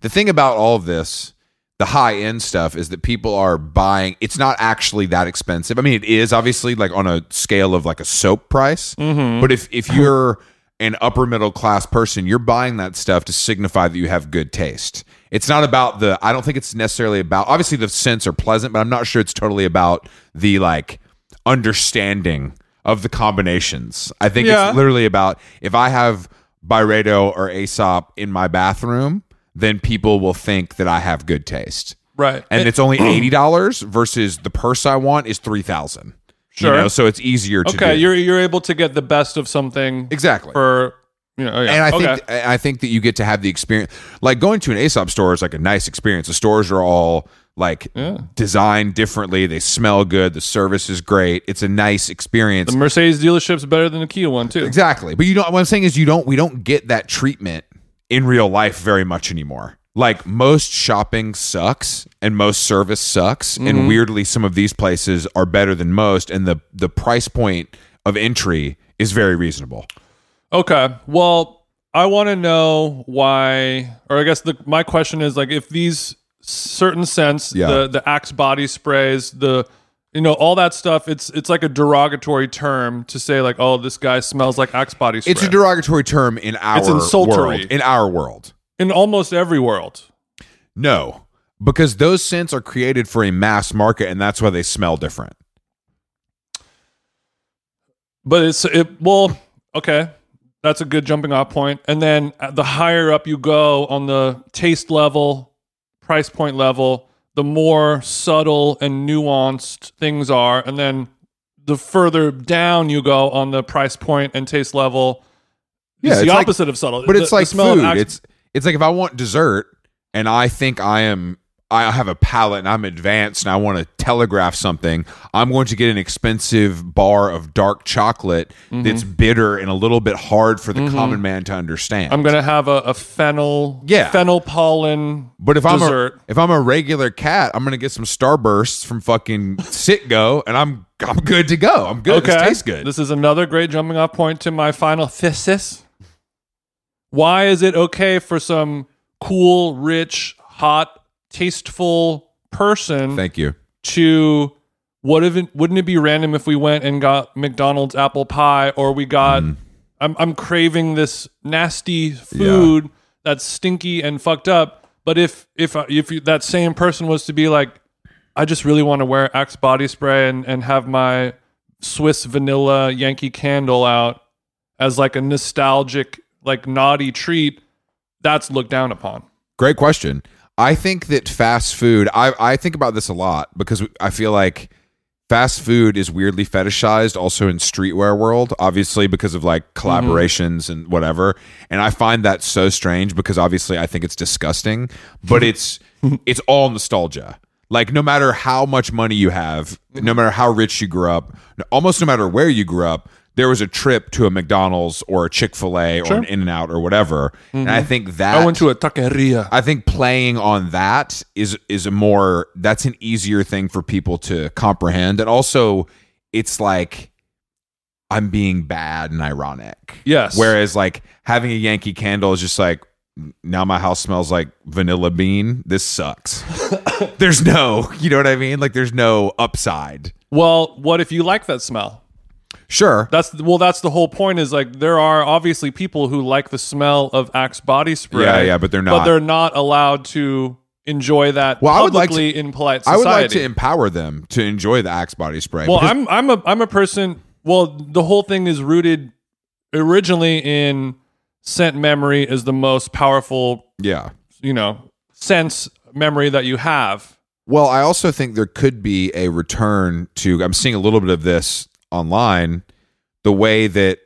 [SPEAKER 2] the thing about all of this, the high end stuff, is that people are buying. It's not actually that expensive. I mean, it is obviously like on a scale of like a soap price, but if if you're an upper middle class person, you're buying that stuff to signify that you have good taste. It's not about the. I don't think it's necessarily about. Obviously, the scents are pleasant, but I'm not sure it's totally about the like understanding of the combinations. I think
[SPEAKER 1] Yeah.
[SPEAKER 2] it's literally about if I have Byredo or Aesop in my bathroom, then people will think that I have good taste.
[SPEAKER 1] right.
[SPEAKER 2] And it's only eighty dollars versus the purse I want is three thousand.
[SPEAKER 1] Sure.
[SPEAKER 2] You know, so it's easier to
[SPEAKER 1] okay,
[SPEAKER 2] do.
[SPEAKER 1] you're you're able to get the best of something
[SPEAKER 2] exactly.
[SPEAKER 1] for you know, oh, yeah.
[SPEAKER 2] and I
[SPEAKER 1] okay.
[SPEAKER 2] think I think that you get to have the experience. Like going to an Aesop store is like a nice experience. The stores are all like designed differently. They smell good. The service is great. It's a nice experience.
[SPEAKER 1] the Mercedes dealership's better than the Kia one too.
[SPEAKER 2] Exactly. But you know what I'm saying is you don't we don't get that treatment in real life very much anymore. Like most shopping sucks and most service sucks and weirdly some of these places are better than most and the the price point of entry is very reasonable.
[SPEAKER 1] Okay. Well, I want to know why, or I guess the, my question is like, if these certain scents,
[SPEAKER 2] Yeah.
[SPEAKER 1] the the Axe body sprays, the you know all that stuff, it's it's like a derogatory term to say like, oh, this guy smells like Axe body spray.
[SPEAKER 2] It's a derogatory term in our
[SPEAKER 1] insultory.
[SPEAKER 2] world. In our world.
[SPEAKER 1] in almost every world.
[SPEAKER 2] No. Because those scents are created for a mass market and that's why they smell different.
[SPEAKER 1] But it's it well, okay. That's a good jumping off point. And then uh, the higher up you go on the taste level, price point level, the more subtle and nuanced things are. And then the further down you go on the price point and taste level,
[SPEAKER 2] Yeah,
[SPEAKER 1] it's the
[SPEAKER 2] it's like-
[SPEAKER 1] opposite of subtle.
[SPEAKER 2] but
[SPEAKER 1] The-
[SPEAKER 2] it's
[SPEAKER 1] the
[SPEAKER 2] like
[SPEAKER 1] smell of
[SPEAKER 2] food.
[SPEAKER 1] axe-
[SPEAKER 2] it's it's like if I want dessert and I think I am I have a palate and I'm advanced and I want to telegraph something, I'm going to get an expensive bar of dark chocolate that's
[SPEAKER 1] Mm-hmm.
[SPEAKER 2] bitter and a little bit hard for the common man to understand.
[SPEAKER 1] I'm gonna have a, a fennel,
[SPEAKER 2] Yeah.
[SPEAKER 1] fennel pollen.
[SPEAKER 2] but if I'm a,
[SPEAKER 1] dessert.
[SPEAKER 2] if I'm a regular cat, I'm gonna get some starbursts from fucking Sitgo, and I'm I'm good to go. I'm good. This tastes good.
[SPEAKER 1] This is another great jumping off point to my final thesis. Why is it okay for some cool, rich, hot, tasteful person
[SPEAKER 2] Thank you.
[SPEAKER 1] to what if it, wouldn't it be random if we went and got McDonald's apple pie or we got I'm I'm craving this nasty food that's stinky and fucked up but if if uh, if you, that same person was to be like I just really want to wear Axe body spray and and have my Swiss vanilla Yankee candle out as like a nostalgic like naughty treat that's looked down upon
[SPEAKER 2] Great question. I think that fast food, I, I think about this a lot because I feel like fast food is weirdly fetishized also in streetwear world, obviously because of like collaborations and whatever. And I find that so strange because obviously I think it's disgusting, but it's it's all nostalgia. Like no matter how much money you have, no matter how rich you grew up, almost no matter where you grew up, there was a trip to a McDonald's or a Chick-fil-A or an In-N-Out or whatever. And I think that
[SPEAKER 1] I went to a taqueria
[SPEAKER 2] I think playing on that is is a more that's an easier thing for people to comprehend, and also it's like I'm being bad and ironic.
[SPEAKER 1] yes
[SPEAKER 2] Whereas like having a Yankee candle is just like now my house smells like vanilla bean. This sucks. there's no, you know what I mean? Like there's no upside.
[SPEAKER 1] Well, what if you like that smell?
[SPEAKER 2] Sure.
[SPEAKER 1] That's well, that's the whole point. Is like there are obviously people who like the smell of Axe body spray.
[SPEAKER 2] Yeah, yeah, but they're
[SPEAKER 1] But
[SPEAKER 2] not.
[SPEAKER 1] they're not allowed to enjoy that.
[SPEAKER 2] Well, I would
[SPEAKER 1] publicly
[SPEAKER 2] like
[SPEAKER 1] in polite
[SPEAKER 2] I
[SPEAKER 1] society.
[SPEAKER 2] would like to empower them to enjoy the Axe body spray.
[SPEAKER 1] Well,
[SPEAKER 2] because-
[SPEAKER 1] I'm I'm a I'm a person. Well, the whole thing is rooted originally in scent memory is the most powerful,
[SPEAKER 2] yeah.
[SPEAKER 1] you know, sense memory that you have.
[SPEAKER 2] Well, I also think there could be a return to. I'm seeing a little bit of this online. The way that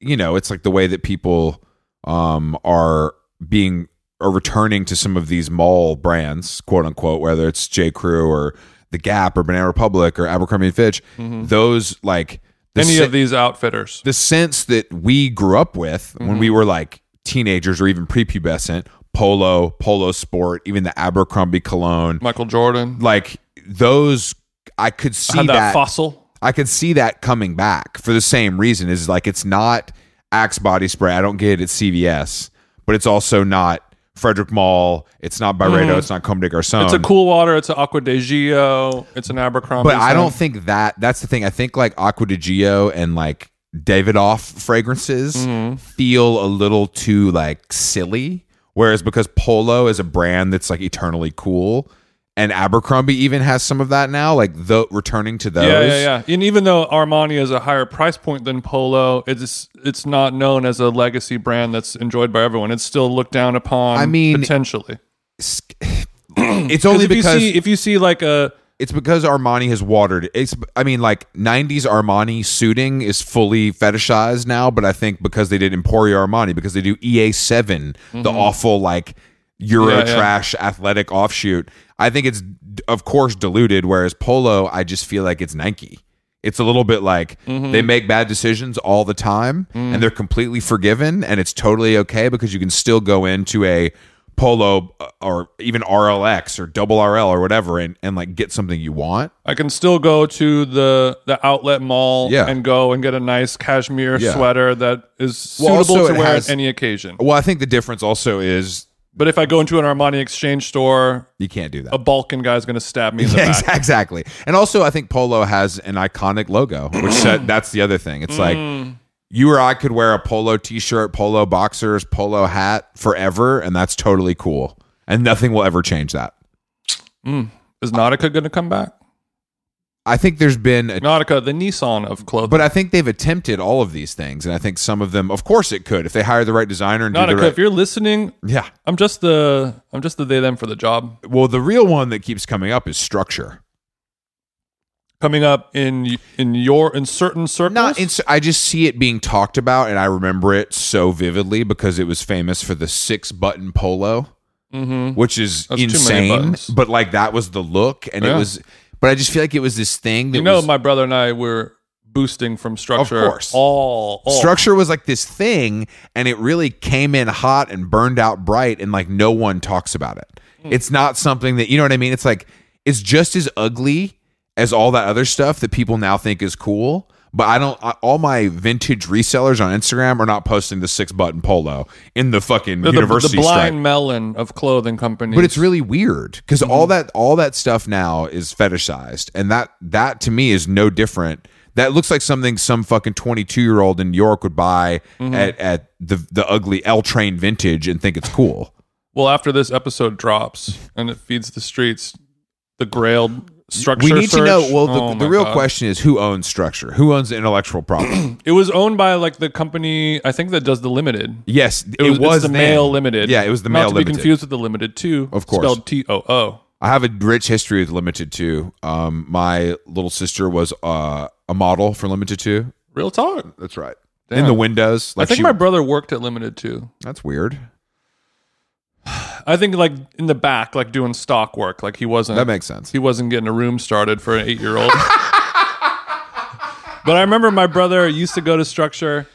[SPEAKER 2] you know, it's like the way that people um, are being are returning to some of these mall brands, quote unquote, whether it's J. Crew or The Gap or Banana Republic or Abercrombie and Fitch. Those like the
[SPEAKER 1] Mm-hmm. Any
[SPEAKER 2] sen-
[SPEAKER 1] of these outfitters.
[SPEAKER 2] the sense that we grew up with when
[SPEAKER 1] Mm-hmm.
[SPEAKER 2] we were like teenagers or even prepubescent. Polo, polo sport, even the Abercrombie cologne,
[SPEAKER 1] Michael Jordan
[SPEAKER 2] like those I could see
[SPEAKER 1] had
[SPEAKER 2] that,
[SPEAKER 1] that, fossil.
[SPEAKER 2] I could see that coming back for the same reason is like it's not Axe body spray. I don't get it at CVS, but it's also not Frederick Mall. It's not Byredo. It's not Comme des Garçons.
[SPEAKER 1] Mm-hmm. It's a cool water. It's an Aqua de Gio. It's an Abercrombie.
[SPEAKER 2] Um, but I
[SPEAKER 1] scent.
[SPEAKER 2] don't think that that's the thing. I think like Aqua di Gio and like Davidoff fragrances
[SPEAKER 1] Mm-hmm.
[SPEAKER 2] feel a little too like silly. Whereas because Polo is a brand that's like eternally cool, and Abercrombie even has some of that now. Like the returning to those,
[SPEAKER 1] Yeah, yeah, yeah. And even though Armani is a higher price point than Polo, it's it's not known as a legacy brand that's enjoyed by everyone. It's still looked down upon.
[SPEAKER 2] I mean,
[SPEAKER 1] potentially.
[SPEAKER 2] it's only
[SPEAKER 1] if
[SPEAKER 2] because
[SPEAKER 1] you see if you see like a
[SPEAKER 2] it's because Armani has watered. it. It's I mean like '90s Armani suiting is fully fetishized now, but I think because they did Emporio Armani, because they do EA7, the awful like Euro
[SPEAKER 1] Mm-hmm. Yeah, yeah.
[SPEAKER 2] trash athletic offshoot. I think it's d- of course diluted. Whereas Polo, I just feel like it's Nike. It's a little bit like they make bad decisions all the time, and they're completely forgiven, and it's totally okay because you can still go into a polo uh, or even RLX or double RL or whatever and, and like get something you want.
[SPEAKER 1] I can still go to the the outlet mall
[SPEAKER 2] Yeah.
[SPEAKER 1] and go and get a nice cashmere
[SPEAKER 2] Yeah.
[SPEAKER 1] sweater that is
[SPEAKER 2] Well,
[SPEAKER 1] suitable
[SPEAKER 2] also
[SPEAKER 1] to
[SPEAKER 2] it
[SPEAKER 1] wear
[SPEAKER 2] has-
[SPEAKER 1] at any occasion.
[SPEAKER 2] Well, I think the difference also is
[SPEAKER 1] But if I go into an Armani exchange store,
[SPEAKER 2] you can't do that.
[SPEAKER 1] a Balkan guy's going to stab me in the
[SPEAKER 2] Yeah,
[SPEAKER 1] back.
[SPEAKER 2] exa- exactly. And also, I think Polo has an iconic logo, which
[SPEAKER 1] Mm.
[SPEAKER 2] said, that's the other thing. It's like you or I could wear a Polo T-shirt, Polo boxers, Polo hat forever, and that's totally cool. And nothing will ever change that.
[SPEAKER 1] Mm. Is Nautica going to come back?
[SPEAKER 2] I think there's been a
[SPEAKER 1] Nautica, the Nissan of clothing.
[SPEAKER 2] but I think they've attempted all of these things, and I think some of them, of course, it could if they hire the right designer and do
[SPEAKER 1] Nautica,
[SPEAKER 2] the right.
[SPEAKER 1] if you're listening,
[SPEAKER 2] Yeah.
[SPEAKER 1] I'm just the I'm just the they them for the job.
[SPEAKER 2] Well, the real one that keeps coming up is structure.
[SPEAKER 1] Coming up in in your in certain circles.
[SPEAKER 2] Not, it's, I just see it being talked about, and I remember it so vividly because it was famous for the six button polo,
[SPEAKER 1] Mhm.
[SPEAKER 2] which is
[SPEAKER 1] That's too many
[SPEAKER 2] insane.
[SPEAKER 1] buttons.
[SPEAKER 2] But like that was the look, and
[SPEAKER 1] Yeah.
[SPEAKER 2] it was. But I just feel like it was this thing that
[SPEAKER 1] you know,
[SPEAKER 2] was,
[SPEAKER 1] my brother and I were boosting from structure.
[SPEAKER 2] course.
[SPEAKER 1] all, all
[SPEAKER 2] structure was like this thing, and it really came in hot and burned out bright, and like no one talks about it.
[SPEAKER 1] Hmm.
[SPEAKER 2] It's not something that you know what I mean. It's like it's just as ugly as all that other stuff that people now think is cool. But I don't. I, all my vintage resellers on Instagram are not posting the six button polo in the fucking
[SPEAKER 1] They're the,
[SPEAKER 2] university
[SPEAKER 1] the blind
[SPEAKER 2] stripe.
[SPEAKER 1] melon of clothing companies.
[SPEAKER 2] But it's really weird because all
[SPEAKER 1] Mm-hmm.
[SPEAKER 2] that all that stuff now is fetishized, and that that to me is no different. That looks like something some fucking twenty two year old in New York would buy
[SPEAKER 1] Mm-hmm.
[SPEAKER 2] at, at the the ugly L train vintage and think it's cool.
[SPEAKER 1] well after this episode drops and it feeds the streets, the grailed structure.
[SPEAKER 2] we need to
[SPEAKER 1] search.
[SPEAKER 2] know. Well, the,
[SPEAKER 1] Oh
[SPEAKER 2] the
[SPEAKER 1] my
[SPEAKER 2] real
[SPEAKER 1] God.
[SPEAKER 2] question is who owns structure? Who owns the intellectual property?
[SPEAKER 1] It was owned by like the company I think that does the limited.
[SPEAKER 2] yes, it,
[SPEAKER 1] it's
[SPEAKER 2] was,
[SPEAKER 1] the
[SPEAKER 2] then.
[SPEAKER 1] Mail Limited.
[SPEAKER 2] Yeah, it was the
[SPEAKER 1] Not
[SPEAKER 2] Mail
[SPEAKER 1] to
[SPEAKER 2] Limited.
[SPEAKER 1] be confused with the Limited too.
[SPEAKER 2] Of course.
[SPEAKER 1] spelled T O O.
[SPEAKER 2] I have a rich history with Limited Two. Um, my little sister was uh, a model for Limited Two.
[SPEAKER 1] Real talk.
[SPEAKER 2] That's right. In
[SPEAKER 1] Damn.
[SPEAKER 2] the windows,
[SPEAKER 1] I
[SPEAKER 2] like
[SPEAKER 1] think
[SPEAKER 2] she-
[SPEAKER 1] my brother worked at Limited too.
[SPEAKER 2] that's weird.
[SPEAKER 1] I think like in the back, like doing stock work. Like he wasn't
[SPEAKER 2] That makes sense.
[SPEAKER 1] he wasn't getting a room started for an eight year old. but I remember my brother used to go to structure.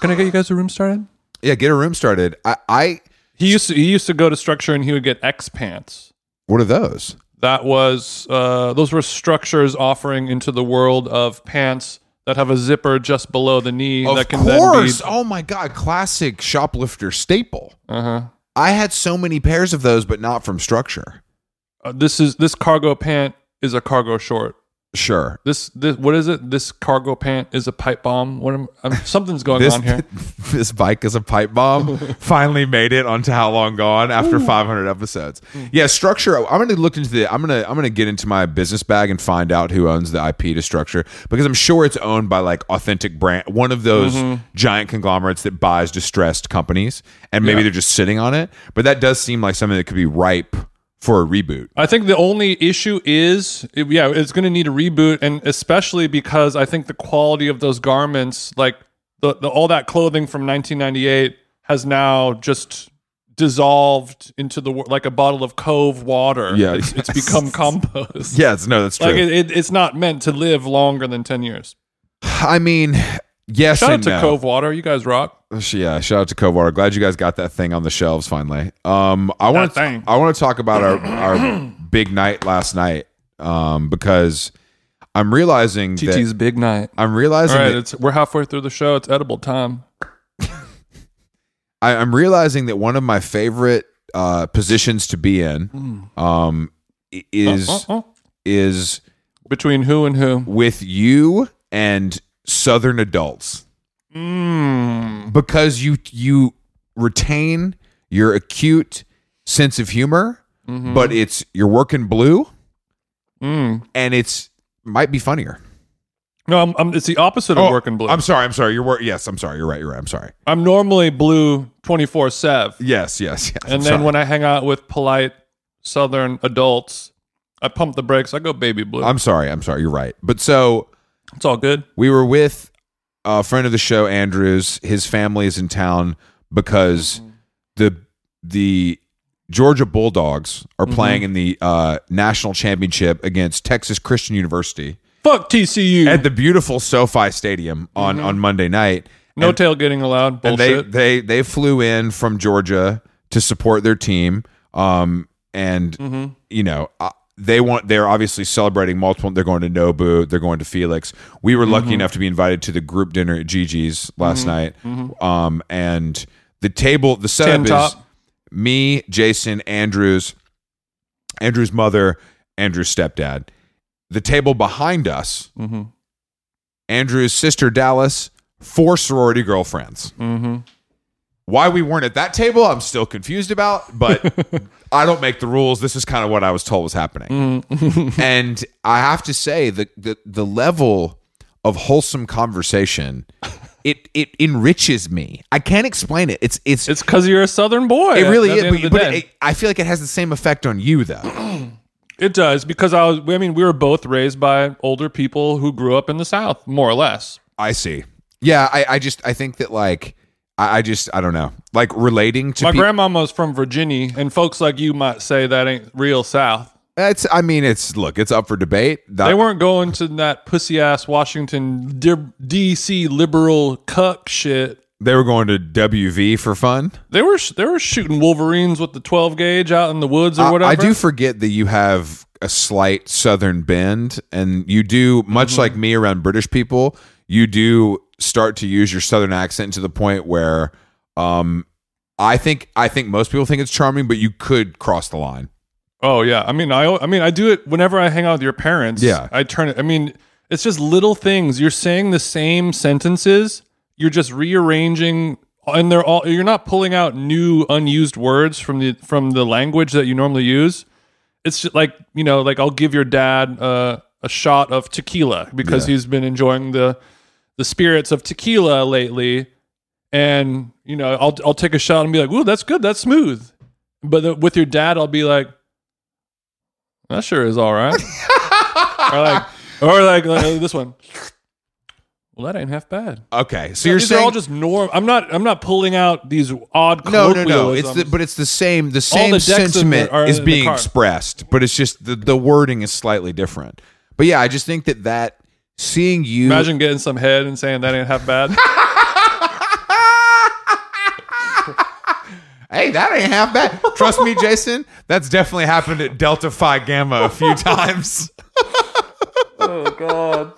[SPEAKER 1] Can I get you guys a room started?
[SPEAKER 2] Yeah, get a room started. I, I
[SPEAKER 1] He used to he used to go to structure and he would get X pants.
[SPEAKER 2] what are those?
[SPEAKER 1] That was uh, those were structures offering into the world of pants that have a zipper just below the knee
[SPEAKER 2] Of
[SPEAKER 1] that can
[SPEAKER 2] course.
[SPEAKER 1] then
[SPEAKER 2] oh my god, classic shoplifter staple.
[SPEAKER 1] be. Uh-huh.
[SPEAKER 2] I had so many pairs of those, but not from structure.
[SPEAKER 1] Uh, This is this cargo pant is a cargo short.
[SPEAKER 2] Sure.
[SPEAKER 1] This this what is it? This cargo pant is a pipe bomb. What am, i something's going
[SPEAKER 2] This,
[SPEAKER 1] on here?
[SPEAKER 2] this bike is a pipe bomb. Finally made it onto How Long Gone after 500 episodes. Yeah, structure. I'm gonna look into the. I'm gonna. I'm gonna get into my business bag and find out who owns the IP to structure because I'm sure it's owned by like authentic brand, one of those
[SPEAKER 1] Mm-hmm.
[SPEAKER 2] giant conglomerates that buys distressed companies, and maybe
[SPEAKER 1] Yeah.
[SPEAKER 2] they're just sitting on it. But that does seem like something that could be ripe for a reboot.
[SPEAKER 1] I think the only issue is, it- yeah, it's going to need a reboot, and especially because I think the quality of those garments, like the, the all that clothing from 1998, has now just dissolved into the wo- like a bottle of Cove water.
[SPEAKER 2] Yeah.
[SPEAKER 1] it's, it's become compost.
[SPEAKER 2] Yes, no, that's true.
[SPEAKER 1] Like it, it, it's not meant to live longer than ten years.
[SPEAKER 2] I mean, yes
[SPEAKER 1] Shout out
[SPEAKER 2] and
[SPEAKER 1] to
[SPEAKER 2] no.
[SPEAKER 1] Cove Water, you guys rock.
[SPEAKER 2] Yeah, shout out to Covar. Glad you guys got that thing on the shelves finally. Um, I want to
[SPEAKER 1] thing.
[SPEAKER 2] I want to talk about our our big night last night. Um, because I'm realizing that
[SPEAKER 1] TT's big night.
[SPEAKER 2] I'm
[SPEAKER 1] All
[SPEAKER 2] realizing
[SPEAKER 1] right,
[SPEAKER 2] that,
[SPEAKER 1] it's, we're halfway through the show. It's edible time.
[SPEAKER 2] I, I'm realizing that one of my favorite uh positions to be in um i- is
[SPEAKER 1] Mm. Uh, uh.
[SPEAKER 2] is
[SPEAKER 1] Between who and who?
[SPEAKER 2] with you and southern adults
[SPEAKER 1] Mm.
[SPEAKER 2] because you you retain your acute sense of humor,
[SPEAKER 1] Mm-hmm.
[SPEAKER 2] but it's you're working blue.
[SPEAKER 1] Mm.
[SPEAKER 2] and it's might be funnier.
[SPEAKER 1] No, I'm, I'm, it's the opposite of working blue.
[SPEAKER 2] Oh, I'm
[SPEAKER 1] I'm,
[SPEAKER 2] sorry. I'm sorry. You're wor- yes. I'm sorry. You're right. You're right. I'm sorry.
[SPEAKER 1] normally blue 24 7.
[SPEAKER 2] Yes. Yes. Yes.
[SPEAKER 1] And then when I hang out with polite Southern adults, I pump the brakes. I go baby blue.
[SPEAKER 2] I'm sorry. I'm sorry. You're right. But so
[SPEAKER 1] it's all good.
[SPEAKER 2] we were with a friend of the show, Andrews. His family is in town because the the Georgia Bulldogs are
[SPEAKER 1] Mm-hmm.
[SPEAKER 2] playing in the uh, national championship against Texas Christian University
[SPEAKER 1] Fuck TCU.
[SPEAKER 2] at the beautiful SoFi Stadium on
[SPEAKER 1] Mm-hmm.
[SPEAKER 2] on Monday night.
[SPEAKER 1] no tailgating allowed.
[SPEAKER 2] and
[SPEAKER 1] Bullshit.
[SPEAKER 2] they they they flew in from Georgia to support their team. Um, and
[SPEAKER 1] Mm-hmm,
[SPEAKER 2] you know uh, they want they're obviously celebrating multiple. They're going to Nobu. They're going to Felix. We were
[SPEAKER 1] Mm-hmm.
[SPEAKER 2] lucky enough to be invited to the group dinner at Gigi's last night. Um, and the table the setup
[SPEAKER 1] Tin
[SPEAKER 2] is
[SPEAKER 1] Mm-hmm. top.
[SPEAKER 2] me, Jason, Andrews, Andrew's mother, Andrew's stepdad. The table behind us,
[SPEAKER 1] Mhm.
[SPEAKER 2] Andrew's sister Dallas, four sorority girlfriends.
[SPEAKER 1] Mhm.
[SPEAKER 2] Why we weren't at that table, I'm still confused about, but I don't make the rules. This is kind of what I was told was happening.
[SPEAKER 1] Mm.
[SPEAKER 2] and I have to say, the, the, the level of wholesome conversation. It, it enriches me. I can't explain it. It's it's
[SPEAKER 1] It's because you're a Southern boy.
[SPEAKER 2] it really
[SPEAKER 1] at the end
[SPEAKER 2] is,
[SPEAKER 1] of the
[SPEAKER 2] but, but
[SPEAKER 1] day.
[SPEAKER 2] it, I feel like it has the same effect on you, though.
[SPEAKER 1] It does because I was. I mean, we were both raised by older people who grew up in the South, more or less.
[SPEAKER 2] I see. Yeah, I, I just I think that like I, I just I don't know like relating to
[SPEAKER 1] My
[SPEAKER 2] people.
[SPEAKER 1] grandmama's from Virginia, and folks like you might say that ain't real South.
[SPEAKER 2] It's I mean it's look it's up for debate. That-
[SPEAKER 1] They weren't going to that pussy ass Washington D- D.C. liberal cuck shit.
[SPEAKER 2] they were going to WV for fun.
[SPEAKER 1] They were sh- they were shooting Wolverines with the twelve gauge out in the woods or
[SPEAKER 2] I,
[SPEAKER 1] whatever.
[SPEAKER 2] I do forget that you have a slight southern bend, and you do much
[SPEAKER 1] Mm-hmm.
[SPEAKER 2] like me around British people. You do start to use your southern accent to the point where, um, I think I think most people think it's charming, but you could cross the line.
[SPEAKER 1] Oh yeah, I mean I I mean I do it whenever I hang out with your parents.
[SPEAKER 2] Yeah.
[SPEAKER 1] I turn it. I mean it's just little things. You're saying the same sentences. You're just rearranging, and they're all. You're not pulling out new unused words from the from the language that you normally use. It's just like you know, like I'll give your dad uh, a shot of tequila because he's been enjoying the the spirits of tequila lately, and you know I'll I'll take a shot and be like, "Ooh, that's good, that's smooth." But the, with your dad, I'll be like, "That sure is all right." or like, or like, like this one. Well, that ain't half bad.
[SPEAKER 2] Okay, so you're
[SPEAKER 1] These
[SPEAKER 2] saying
[SPEAKER 1] are all just norm. I'm not. I'm not pulling out these odd.
[SPEAKER 2] no, no, no. It's the,
[SPEAKER 1] colloquialisms.
[SPEAKER 2] but it's the same. The same
[SPEAKER 1] the decks in
[SPEAKER 2] sentiment
[SPEAKER 1] the- are
[SPEAKER 2] is
[SPEAKER 1] in the
[SPEAKER 2] being
[SPEAKER 1] car.
[SPEAKER 2] expressed, but it's just the, the wording is slightly different. But yeah, I just think that that seeing you,
[SPEAKER 1] Imagine getting some head and saying that ain't half bad.
[SPEAKER 2] hey, that ain't half bad. Trust me, Jason, that's definitely happened at Delta Phi Gamma a few times.
[SPEAKER 1] oh God.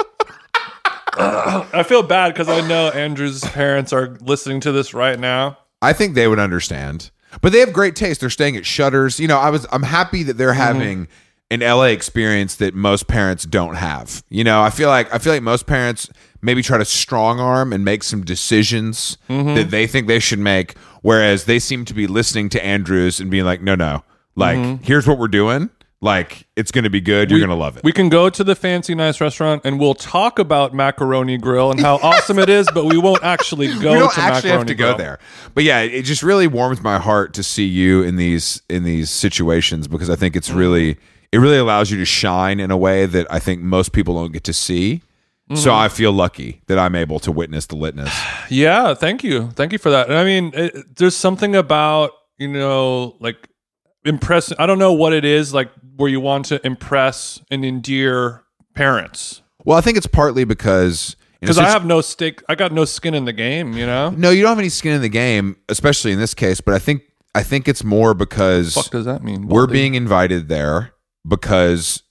[SPEAKER 1] I feel bad because I know Andrew's parents are listening to this right now.
[SPEAKER 2] I think they would understand. But they have great taste. They're staying at Shutters. You know, I was I'm happy that they're having an LA experience that most parents don't have. You know, I feel like I feel like most parents maybe try to strong arm and make some decisions that they think they should make whereas they seem to be listening to Andrews and being like, "No, no. Like, here's what we're doing. Like, it's going to be good. You're going to love it."
[SPEAKER 1] We can go to the fancy nice restaurant and we'll talk about Macaroni Grill and how awesome it is, but we won't actually go
[SPEAKER 2] we don't
[SPEAKER 1] to
[SPEAKER 2] actually
[SPEAKER 1] Macaroni
[SPEAKER 2] have to
[SPEAKER 1] Grill.
[SPEAKER 2] go there. But yeah, it just really warms my heart to see you in these in these situations because I think it's
[SPEAKER 1] Mm-hmm.
[SPEAKER 2] really it really allows you to shine in a way that I think most people don't get to see. So
[SPEAKER 1] Mm-hmm.
[SPEAKER 2] I feel lucky that I'm able to witness the litness.
[SPEAKER 1] Yeah, thank you, thank you for that. And I mean, it, there's something about you know, like impress. I don't know what it is like where you want to impress and endear parents
[SPEAKER 2] Well, I think it's partly because in a
[SPEAKER 1] because I
[SPEAKER 2] situ-
[SPEAKER 1] have no stake. I got no skin in the game. You know,
[SPEAKER 2] no, you don't have any skin in the game, especially in this case. But I think I think it's more because
[SPEAKER 1] fuck does that mean?
[SPEAKER 2] we're
[SPEAKER 1] Baldy?
[SPEAKER 2] being invited there because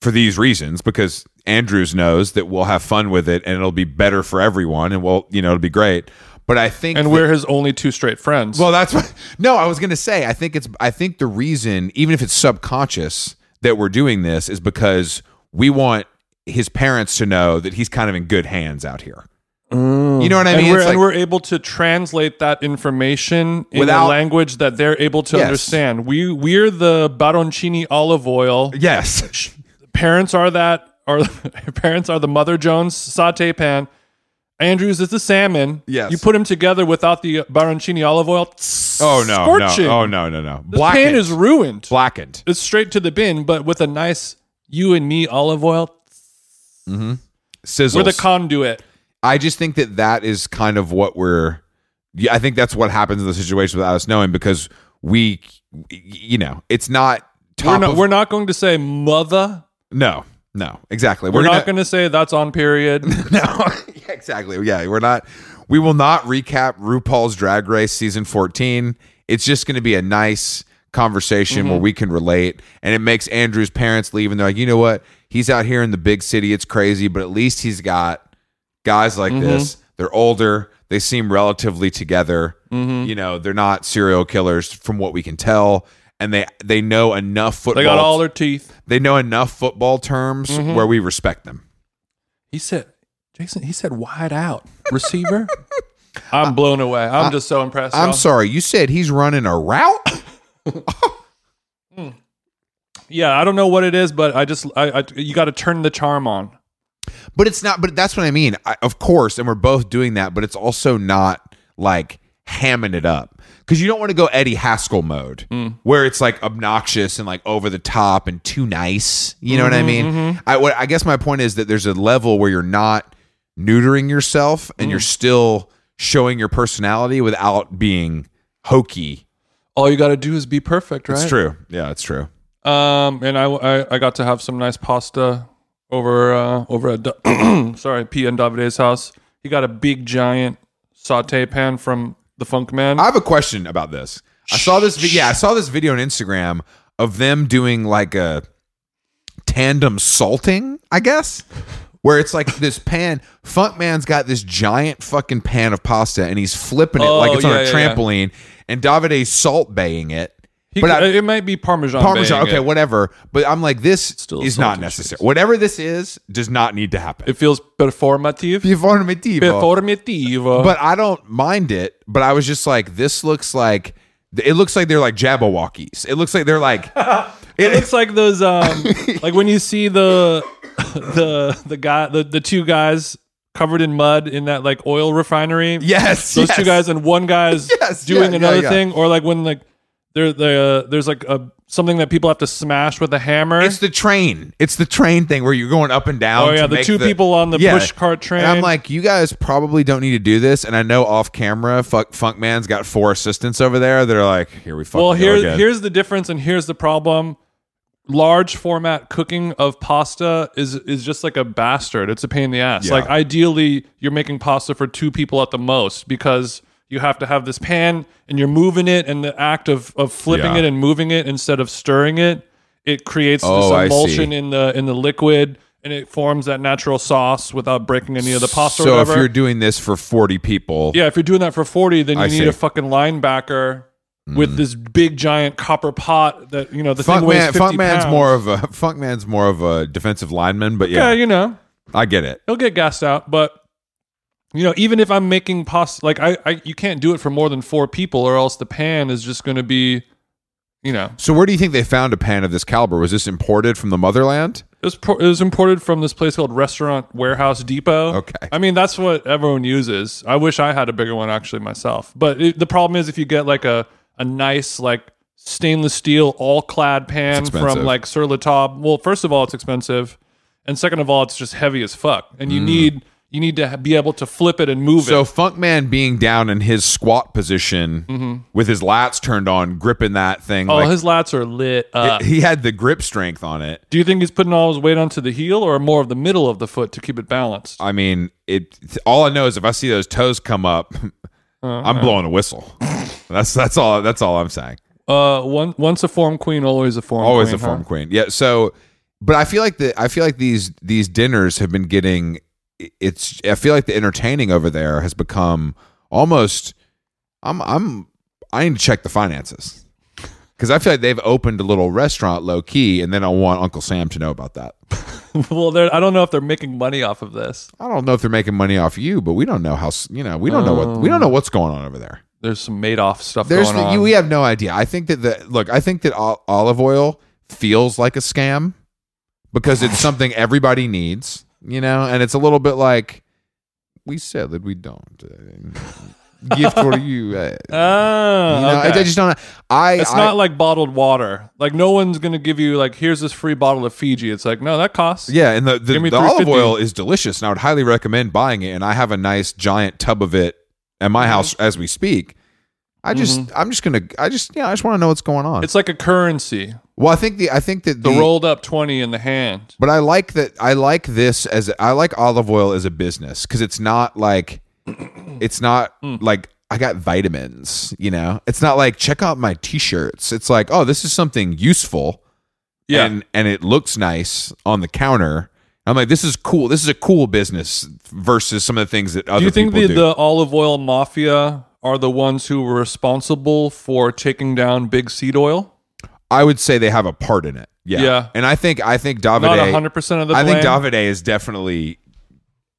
[SPEAKER 2] for these reasons because andrews knows that we'll have fun with it and it'll be better for everyone and we'll you know it'll be great but i think
[SPEAKER 1] and
[SPEAKER 2] that-
[SPEAKER 1] we're his only two straight friends.
[SPEAKER 2] well that's what no i was gonna say i think it's i think the reason even if it's subconscious that we're doing this is because we want his parents to know that he's kind of in good hands out here you know what i
[SPEAKER 1] Mm. and,
[SPEAKER 2] mean
[SPEAKER 1] we're,
[SPEAKER 2] It's
[SPEAKER 1] and
[SPEAKER 2] like-
[SPEAKER 1] we're able to translate that information in
[SPEAKER 2] Without-
[SPEAKER 1] a language that they're able to
[SPEAKER 2] Yes.
[SPEAKER 1] understand. We we're the baroncini olive oil.
[SPEAKER 2] yes
[SPEAKER 1] Parents are that are parents are the Mother Jones saute pan. Andrews is the salmon.
[SPEAKER 2] Yes.
[SPEAKER 1] you put them together without the baroncini olive oil. tss,
[SPEAKER 2] oh no
[SPEAKER 1] scorching.
[SPEAKER 2] no oh no no no
[SPEAKER 1] This pan is ruined.
[SPEAKER 2] blackened
[SPEAKER 1] It's straight to the bin, but with a nice you and me olive oil.
[SPEAKER 2] sizzles
[SPEAKER 1] We're the conduit.
[SPEAKER 2] I just think that that is kind of what we're. Yeah, I think that's what happens in the situation without us knowing because we, you know, it's not top.
[SPEAKER 1] We're not,
[SPEAKER 2] of-
[SPEAKER 1] we're not going to say mother.
[SPEAKER 2] no, no, exactly.
[SPEAKER 1] We're,
[SPEAKER 2] gonna-
[SPEAKER 1] not going to say that's on period.
[SPEAKER 2] No, Yeah, exactly. Yeah, we're not. We will not recap RuPaul's Drag Race season fourteen. It's just going to be a nice conversation
[SPEAKER 1] Mm-hmm.
[SPEAKER 2] where we can relate, and it makes Andrew's parents leave, and they're like, you know what? He's out here in the big city. It's crazy, but at least he's got guys like
[SPEAKER 1] Mm-hmm.
[SPEAKER 2] this. They're older. They seem relatively together.
[SPEAKER 1] Mm-hmm.
[SPEAKER 2] You know, they're not serial killers from what we can tell, and they they know enough football.
[SPEAKER 1] They got all their Mm-hmm. teeth.
[SPEAKER 2] they know enough football terms where we respect them.
[SPEAKER 1] He said, Jason, he said wide out receiver. I'm blown away. I'm just so impressed.
[SPEAKER 2] I'm
[SPEAKER 1] y'all.
[SPEAKER 2] sorry, you said he's running a route?
[SPEAKER 1] yeah, I don't know what it is, but I just, I, I you got to turn the charm on.
[SPEAKER 2] But it's not, but that's what I mean. I, of course, and we're both doing that, but it's also not like hamming it up. Because you don't want to go Eddie Haskell mode,
[SPEAKER 1] Mm.
[SPEAKER 2] where it's like obnoxious and like over the top and too nice. You know what
[SPEAKER 1] Mm-hmm,
[SPEAKER 2] I mean? I, what, I guess my point is that there's a level where you're not neutering yourself and
[SPEAKER 1] Mm.
[SPEAKER 2] you're still showing your personality without being hokey.
[SPEAKER 1] All you got to do is be perfect, right?
[SPEAKER 2] It's true. Yeah, it's true.
[SPEAKER 1] Um, and I, I, I got to have some nice pasta over, uh, over at, Da- sorry, P and Davide's house. He got a big giant saute pan from the Funk Man.
[SPEAKER 2] I have a question about this. I saw this. vi- Yeah, I saw this video on Instagram of them doing like a tandem salting, I guess, where it's like this pan. Funk Man's got this giant fucking pan of pasta, and he's flipping it like
[SPEAKER 1] Oh,
[SPEAKER 2] it's on
[SPEAKER 1] yeah,
[SPEAKER 2] a
[SPEAKER 1] yeah, yeah.
[SPEAKER 2] trampoline, and Davide's salt baying it.
[SPEAKER 1] He-
[SPEAKER 2] but I-
[SPEAKER 1] it might be Parmesan.
[SPEAKER 2] Parmesan,
[SPEAKER 1] baying
[SPEAKER 2] okay,
[SPEAKER 1] it.
[SPEAKER 2] whatever. But I'm like, this
[SPEAKER 1] Still
[SPEAKER 2] is not
[SPEAKER 1] salted
[SPEAKER 2] necessary.
[SPEAKER 1] cheese.
[SPEAKER 2] Whatever this is, does not need to happen.
[SPEAKER 1] It feels performative.
[SPEAKER 2] Performativo.
[SPEAKER 1] Performativo.
[SPEAKER 2] but I don't mind it. But I was just like, this looks like it looks like they're like Jabberwockies. It looks like they're like
[SPEAKER 1] It looks like those um like when you see the the the guy the, the two guys covered in mud in that like oil refinery.
[SPEAKER 2] yes,
[SPEAKER 1] Those
[SPEAKER 2] yes.
[SPEAKER 1] two guys and one guy's
[SPEAKER 2] Yes, yeah,
[SPEAKER 1] doing
[SPEAKER 2] yeah,
[SPEAKER 1] another
[SPEAKER 2] yeah.
[SPEAKER 1] thing or like when like there the uh, there's like a something that people have to smash with a hammer.
[SPEAKER 2] It's the train. It's the train thing where you're going up and down.
[SPEAKER 1] Oh, yeah,
[SPEAKER 2] to
[SPEAKER 1] the
[SPEAKER 2] make
[SPEAKER 1] two people on the push cart train.
[SPEAKER 2] And I'm like, you guys probably don't need to do this. And I know off camera, fuck, Funkman's got four assistants over there that are like, here we fucking
[SPEAKER 1] well,
[SPEAKER 2] go
[SPEAKER 1] here
[SPEAKER 2] again.
[SPEAKER 1] here's the difference and here's the problem. Large format cooking of pasta is is just like a bastard. It's a pain in the ass.
[SPEAKER 2] Yeah.
[SPEAKER 1] Like ideally, you're making pasta for two people at the most because you have to have this pan and you're moving it, and the act of of flipping
[SPEAKER 2] Yeah.
[SPEAKER 1] it and moving it instead of stirring it, it creates
[SPEAKER 2] Oh, I
[SPEAKER 1] this emulsion
[SPEAKER 2] see.
[SPEAKER 1] in the in the liquid, and it forms that natural sauce without breaking any of the pasta. or
[SPEAKER 2] so if
[SPEAKER 1] whatever.
[SPEAKER 2] you're doing this for 40 people,
[SPEAKER 1] Yeah, if you're doing that for 40, then you
[SPEAKER 2] I
[SPEAKER 1] need
[SPEAKER 2] see. Hmm.
[SPEAKER 1] a fucking linebacker with this big giant copper pot that, you know, the
[SPEAKER 2] Funk
[SPEAKER 1] thing weighs
[SPEAKER 2] Man,
[SPEAKER 1] 50
[SPEAKER 2] Funk Man's
[SPEAKER 1] pounds.
[SPEAKER 2] more of a Funk Man's more of a defensive lineman, but
[SPEAKER 1] Yeah,
[SPEAKER 2] yeah,
[SPEAKER 1] you know,
[SPEAKER 2] I get it.
[SPEAKER 1] he'll get gassed out, but you know, even if I'm making pasta, like I, I you can't do it for more than 4 people or else the pan is just going to be you know,
[SPEAKER 2] So where do you think they found a pan of this caliber? Was this imported from the motherland?
[SPEAKER 1] it was, pro- it was imported from this place called Restaurant Warehouse Depot.
[SPEAKER 2] Okay.
[SPEAKER 1] I mean, that's what everyone uses. I wish I had a bigger one actually myself. But it, the problem is if you get like a, a nice, like stainless steel, all clad pan
[SPEAKER 2] It's expensive.
[SPEAKER 1] from like Sur La Table, well, first of all, it's expensive. And second of all, it's just heavy as fuck. And you need you need to ha- be able to flip it and move
[SPEAKER 2] Mm. So
[SPEAKER 1] it.
[SPEAKER 2] Funk Man being down in his squat position with his lats turned on, gripping that thing,
[SPEAKER 1] Oh,
[SPEAKER 2] like,
[SPEAKER 1] his lats are lit up.
[SPEAKER 2] he had the grip strength on it.
[SPEAKER 1] Do you think he's putting all his weight onto the heel or more of the middle of the foot to keep it balanced?
[SPEAKER 2] I mean, it. All I know is if I see those toes come up, I'm blowing a whistle. that's that's all. That's all I'm saying.
[SPEAKER 1] Uh, one, once a form queen, always a form
[SPEAKER 2] Always
[SPEAKER 1] queen.
[SPEAKER 2] a
[SPEAKER 1] huh?
[SPEAKER 2] form queen. Yeah. So, but I feel like the I feel like these these dinners have been getting. It's. I feel like the entertaining over there has become almost. I'm. I'm. I need to check the finances because I feel like they've opened a little restaurant low key, and then I want Uncle Sam to know about that.
[SPEAKER 1] well, they're, I don't know if they're making money off of this.
[SPEAKER 2] I don't know if they're making money off you, but we don't know how. s- You know, we don't know what
[SPEAKER 1] Oh.
[SPEAKER 2] we don't know what's going on over there.
[SPEAKER 1] There's some Madoff stuff
[SPEAKER 2] There's
[SPEAKER 1] going
[SPEAKER 2] the, E
[SPEAKER 1] on.
[SPEAKER 2] you, we have no idea. I think that the look. I think that ol- olive oil feels like a scam because it's something everybody needs, you know, and it's a little bit like we said that we don't uh, gift for you. Uh,
[SPEAKER 1] oh,
[SPEAKER 2] you know, I,
[SPEAKER 1] okay.
[SPEAKER 2] I just don't. I
[SPEAKER 1] it's
[SPEAKER 2] I,
[SPEAKER 1] not like bottled water. Like no one's gonna give you like here's this free bottle of Fiji. It's like no, that costs.
[SPEAKER 2] Yeah, and the, the,
[SPEAKER 1] Give me
[SPEAKER 2] the olive
[SPEAKER 1] 350.
[SPEAKER 2] oil is delicious, and I would highly recommend buying it. And I have a nice giant tub of it at
[SPEAKER 1] Mm-hmm.
[SPEAKER 2] my house as we speak. I just, I'm just gonna, I just, yeah, I just want to know what's going on.
[SPEAKER 1] It's like a currency.
[SPEAKER 2] well, I think the, I think that
[SPEAKER 1] The rolled up twenty in the hand.
[SPEAKER 2] but I like that. I like this as I like olive oil as a business because it's not like, it's not
[SPEAKER 1] Hmm.
[SPEAKER 2] like I got vitamins. You know, it's not like check out my t-shirts. It's like, oh, this is something useful
[SPEAKER 1] Yeah.
[SPEAKER 2] and and it looks nice on the counter. I'm like, this is cool. This is a cool business versus some of the things that other
[SPEAKER 1] do you think
[SPEAKER 2] people
[SPEAKER 1] the,
[SPEAKER 2] do.
[SPEAKER 1] the olive oil mafia are the ones who were responsible for taking down big seed oil?
[SPEAKER 2] I would say they have a part in it. Yeah,
[SPEAKER 1] Yeah.
[SPEAKER 2] and I think I think Davide.
[SPEAKER 1] Not hundred percent of the
[SPEAKER 2] I
[SPEAKER 1] blame.
[SPEAKER 2] think Davide is definitely.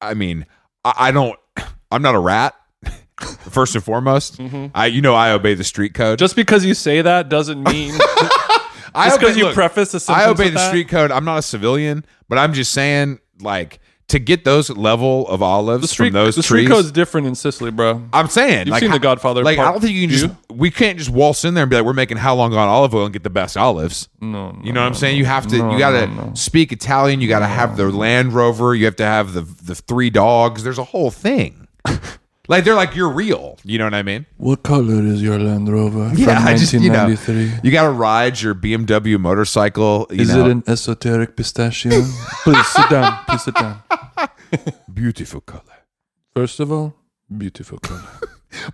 [SPEAKER 2] I mean, I, I don't. I'm not a rat. First and foremost, I you know I obey the street code.
[SPEAKER 1] Mm-hmm. just because you say that doesn't mean
[SPEAKER 2] I
[SPEAKER 1] just because
[SPEAKER 2] obey-
[SPEAKER 1] you
[SPEAKER 2] look,
[SPEAKER 1] preface the
[SPEAKER 2] I obey
[SPEAKER 1] with
[SPEAKER 2] the
[SPEAKER 1] that.
[SPEAKER 2] street code. I'm not a civilian, but I'm just saying like to get those level of olives
[SPEAKER 1] The street,
[SPEAKER 2] from those
[SPEAKER 1] the
[SPEAKER 2] trees.
[SPEAKER 1] street code's different in Sicily, bro.
[SPEAKER 2] I'm saying
[SPEAKER 1] You've
[SPEAKER 2] like,
[SPEAKER 1] seen
[SPEAKER 2] how-
[SPEAKER 1] The Godfather.
[SPEAKER 2] Like I
[SPEAKER 1] Part
[SPEAKER 2] don't think you can
[SPEAKER 1] Two.
[SPEAKER 2] just we can't just waltz in there and be like we're making how long on olive oil and get the best olives.
[SPEAKER 1] No, no.
[SPEAKER 2] You know what I'm saying? You have to. you got to speak Italian. You got to have the Land Rover. You have to have the the three dogs. There's a whole thing. like they're like you're real. You know what I mean?
[SPEAKER 1] What color is your Land Rover from
[SPEAKER 2] I just you know
[SPEAKER 1] 1993?
[SPEAKER 2] you got to ride your BMW motorcycle. You
[SPEAKER 1] is
[SPEAKER 2] know,
[SPEAKER 1] it an esoteric pistachio? Please sit down. Please sit down.
[SPEAKER 2] beautiful color?
[SPEAKER 1] First of all, beautiful color.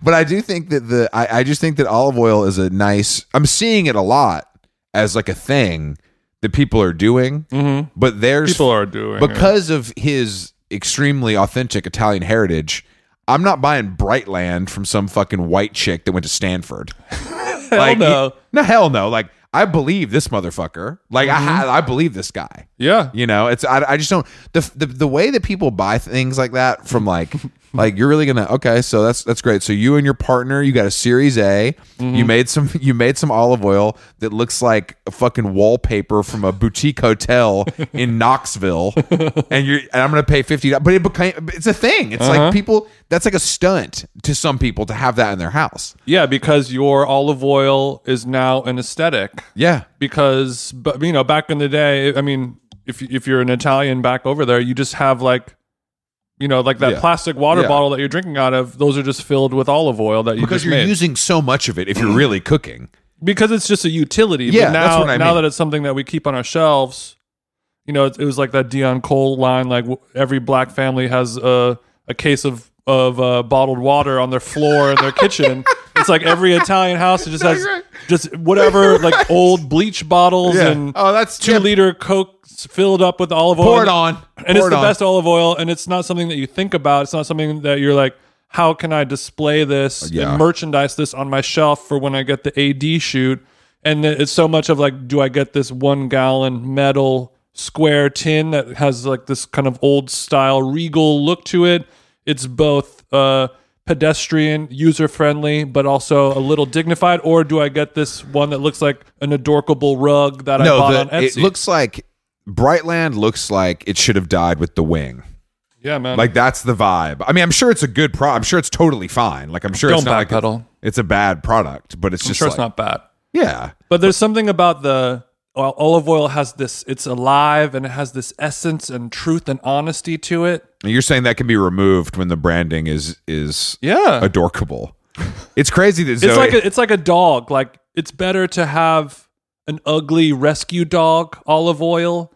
[SPEAKER 2] But I do think that the I, I just think that olive oil is a nice. I'm seeing it a lot as like a thing that people are doing. Mm-hmm. But there's
[SPEAKER 1] People are doing it.
[SPEAKER 2] because of his extremely authentic Italian heritage, I'm not buying Brightland from some fucking white chick that went to Stanford. hell like,
[SPEAKER 1] no.
[SPEAKER 2] no, hell no. Like I believe this motherfucker. Like
[SPEAKER 1] Mm-hmm.
[SPEAKER 2] I ha I, believe this guy.
[SPEAKER 1] Yeah.
[SPEAKER 2] You know, it's I, I just don't the, the the way that people buy things like that from like like you're really gonna okay so that's that's great so you and your partner you got a Series A
[SPEAKER 1] Mm-hmm.
[SPEAKER 2] you made some you made some olive oil that looks like a fucking wallpaper from a boutique hotel in Knoxville and you're and I'm gonna pay fifty dollars but it became it's a thing it's
[SPEAKER 1] Uh-huh.
[SPEAKER 2] like people that's like a stunt to some people to have that in their house
[SPEAKER 1] Yeah, because your olive oil is now an aesthetic.
[SPEAKER 2] yeah
[SPEAKER 1] Because, but you know, back in the day, I mean, if if you're an Italian back over there, you just have like, you know, like that
[SPEAKER 2] Yeah.
[SPEAKER 1] plastic water
[SPEAKER 2] Yeah.
[SPEAKER 1] bottle that you're drinking out of. Those are just filled with olive oil that you
[SPEAKER 2] because
[SPEAKER 1] just
[SPEAKER 2] you're
[SPEAKER 1] made.
[SPEAKER 2] using so much of it if you're really cooking.
[SPEAKER 1] because it's just a utility.
[SPEAKER 2] Yeah,
[SPEAKER 1] but now,
[SPEAKER 2] that's what I
[SPEAKER 1] now
[SPEAKER 2] mean.
[SPEAKER 1] that it's something that we keep on our shelves, you know, it, it was like that Dion Cole line, like w- every black family has a a case of of uh, bottled water on their floor in their kitchen. It's like every Italian house it just has just whatever like old bleach bottles
[SPEAKER 2] Yeah.
[SPEAKER 1] and
[SPEAKER 2] Oh, that's-
[SPEAKER 1] two
[SPEAKER 2] yeah.
[SPEAKER 1] liter cokes filled up with olive oil.
[SPEAKER 2] Pour it on.
[SPEAKER 1] and
[SPEAKER 2] Pour
[SPEAKER 1] it's
[SPEAKER 2] it
[SPEAKER 1] the
[SPEAKER 2] on.
[SPEAKER 1] best olive oil. And it's not something that you think about. It's not something that you're like, how can I display this
[SPEAKER 2] Yeah.
[SPEAKER 1] and merchandise this on my shelf for when I get the AD shoot? And then it's so much of like, do I get this one gallon metal square tin that has like this kind of old style regal look to it? It's both uh, pedestrian, user friendly, but also a little dignified. Or do I get this one that looks like an adorable rug that I bought
[SPEAKER 2] the-
[SPEAKER 1] on Etsy?
[SPEAKER 2] it looks like Brightland looks like it should have died with the wing.
[SPEAKER 1] yeah, man.
[SPEAKER 2] Like that's the vibe. I mean, I'm sure it's a good pro. I'm sure it's totally fine. Like I'm sure it's
[SPEAKER 1] Don't
[SPEAKER 2] not like a-
[SPEAKER 1] backpedal.
[SPEAKER 2] it's a bad product, but it's
[SPEAKER 1] I'm
[SPEAKER 2] just
[SPEAKER 1] sure
[SPEAKER 2] like,
[SPEAKER 1] it's not bad.
[SPEAKER 2] yeah.
[SPEAKER 1] But there's something about the well, olive oil has this. It's alive and it has this essence and truth and honesty to it.
[SPEAKER 2] You're saying that can be removed when the branding is is
[SPEAKER 1] Yeah,
[SPEAKER 2] adorkable. It's crazy that Zoe.
[SPEAKER 1] it's like a, it's like a dog. Like it's better to have an ugly rescue dog olive oil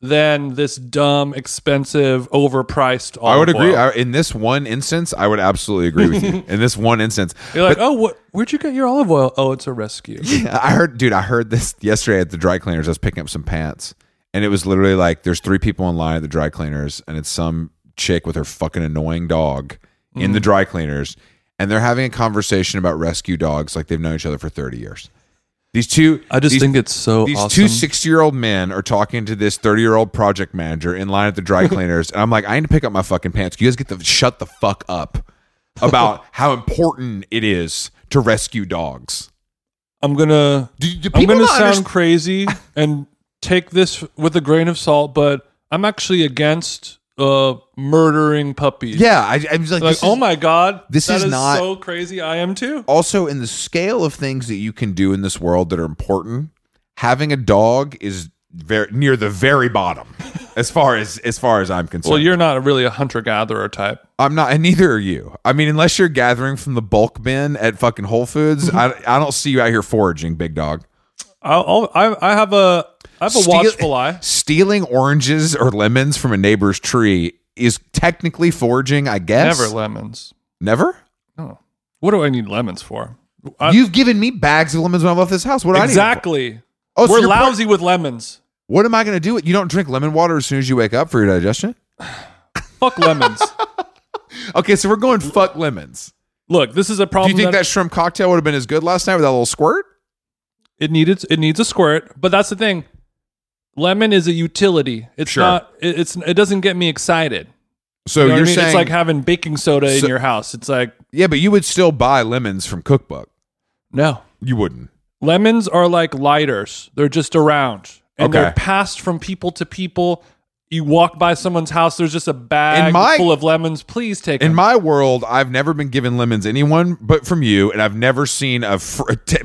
[SPEAKER 1] than this dumb, expensive, overpriced. Olive
[SPEAKER 2] I would agree.
[SPEAKER 1] oil.
[SPEAKER 2] I, in this one instance, I would absolutely agree with you. In this one instance,
[SPEAKER 1] You're like, oh, what, where'd you get your olive oil? Oh, it's a rescue.
[SPEAKER 2] I heard, dude, I heard this yesterday at the dry cleaners. I was picking up some pants, and it was literally like there's three people in line at the dry cleaners, and it's some chick with her fucking annoying dog in
[SPEAKER 1] Mm.
[SPEAKER 2] the dry cleaners, and they're having a conversation about rescue dogs like they've known each other for 30 years. These two,
[SPEAKER 1] I just
[SPEAKER 2] these,
[SPEAKER 1] think it's so
[SPEAKER 2] these
[SPEAKER 1] awesome.
[SPEAKER 2] two 60 year old men are talking to this 30 year old project manager in line at the dry cleaners. and I'm like, I need to pick up my fucking pants. You guys get the shut the fuck up about how important it is to rescue dogs.
[SPEAKER 1] I'm gonna
[SPEAKER 2] Do- do
[SPEAKER 1] I'm
[SPEAKER 2] people
[SPEAKER 1] gonna
[SPEAKER 2] not
[SPEAKER 1] sound
[SPEAKER 2] underst-
[SPEAKER 1] crazy and take this with a grain of salt, but I'm actually against uh murdering puppies.
[SPEAKER 2] Yeah, I, I was like,
[SPEAKER 1] Like,
[SPEAKER 2] this
[SPEAKER 1] oh
[SPEAKER 2] is-
[SPEAKER 1] my god,
[SPEAKER 2] this
[SPEAKER 1] that
[SPEAKER 2] is not-
[SPEAKER 1] so crazy. I am too.
[SPEAKER 2] Also, in the scale of things that you can do in this world that are important, having a dog is very near the very bottom, as far as as far as I'm concerned.
[SPEAKER 1] Well, you're not really a hunter gatherer type.
[SPEAKER 2] I'm not, and neither are you. I mean, unless you're gathering from the bulk bin at fucking Whole Foods, I,
[SPEAKER 1] Mm-hmm.
[SPEAKER 2] I don't see you out here foraging, big dog.
[SPEAKER 1] I'll, I'll, I I have a I have a
[SPEAKER 2] Steal-
[SPEAKER 1] watchful eye.
[SPEAKER 2] Stealing oranges or lemons from a neighbor's tree is technically foraging, I guess.
[SPEAKER 1] Never lemons.
[SPEAKER 2] Never?
[SPEAKER 1] Oh. What do I need lemons for? I-
[SPEAKER 2] You've given me bags of lemons when I left this house. What do I need? them for?
[SPEAKER 1] exactly.
[SPEAKER 2] Oh, so
[SPEAKER 1] We're
[SPEAKER 2] you're pro-
[SPEAKER 1] lousy with lemons.
[SPEAKER 2] What am I going to do? You don't drink lemon water as soon as you wake up for your digestion?
[SPEAKER 1] Fuck lemons.
[SPEAKER 2] Okay, so we're going fuck lemons.
[SPEAKER 1] Look, this is a
[SPEAKER 2] Do
[SPEAKER 1] problem.
[SPEAKER 2] you think
[SPEAKER 1] that-
[SPEAKER 2] that shrimp cocktail would have been as good last night with that little squirt?
[SPEAKER 1] It needed it needs a squirt, but that's the thing. Lemon is a utility. It's
[SPEAKER 2] Sure.
[SPEAKER 1] not. It, it's it doesn't get me excited.
[SPEAKER 2] So
[SPEAKER 1] You know what
[SPEAKER 2] you are
[SPEAKER 1] I mean?
[SPEAKER 2] saying,
[SPEAKER 1] it's like having baking soda
[SPEAKER 2] So-
[SPEAKER 1] in your house. It's like
[SPEAKER 2] yeah, but you would still buy lemons from Cookbook.
[SPEAKER 1] no.
[SPEAKER 2] You wouldn't.
[SPEAKER 1] Lemons are like lighters. They're just around and
[SPEAKER 2] Okay.
[SPEAKER 1] they're passed from people to people. You walk by someone's house. There's just a bag
[SPEAKER 2] In my-
[SPEAKER 1] full of lemons. Please take
[SPEAKER 2] In
[SPEAKER 1] them.
[SPEAKER 2] my world, I've never been given lemons anyone but from you, and I've never seen a fr- t-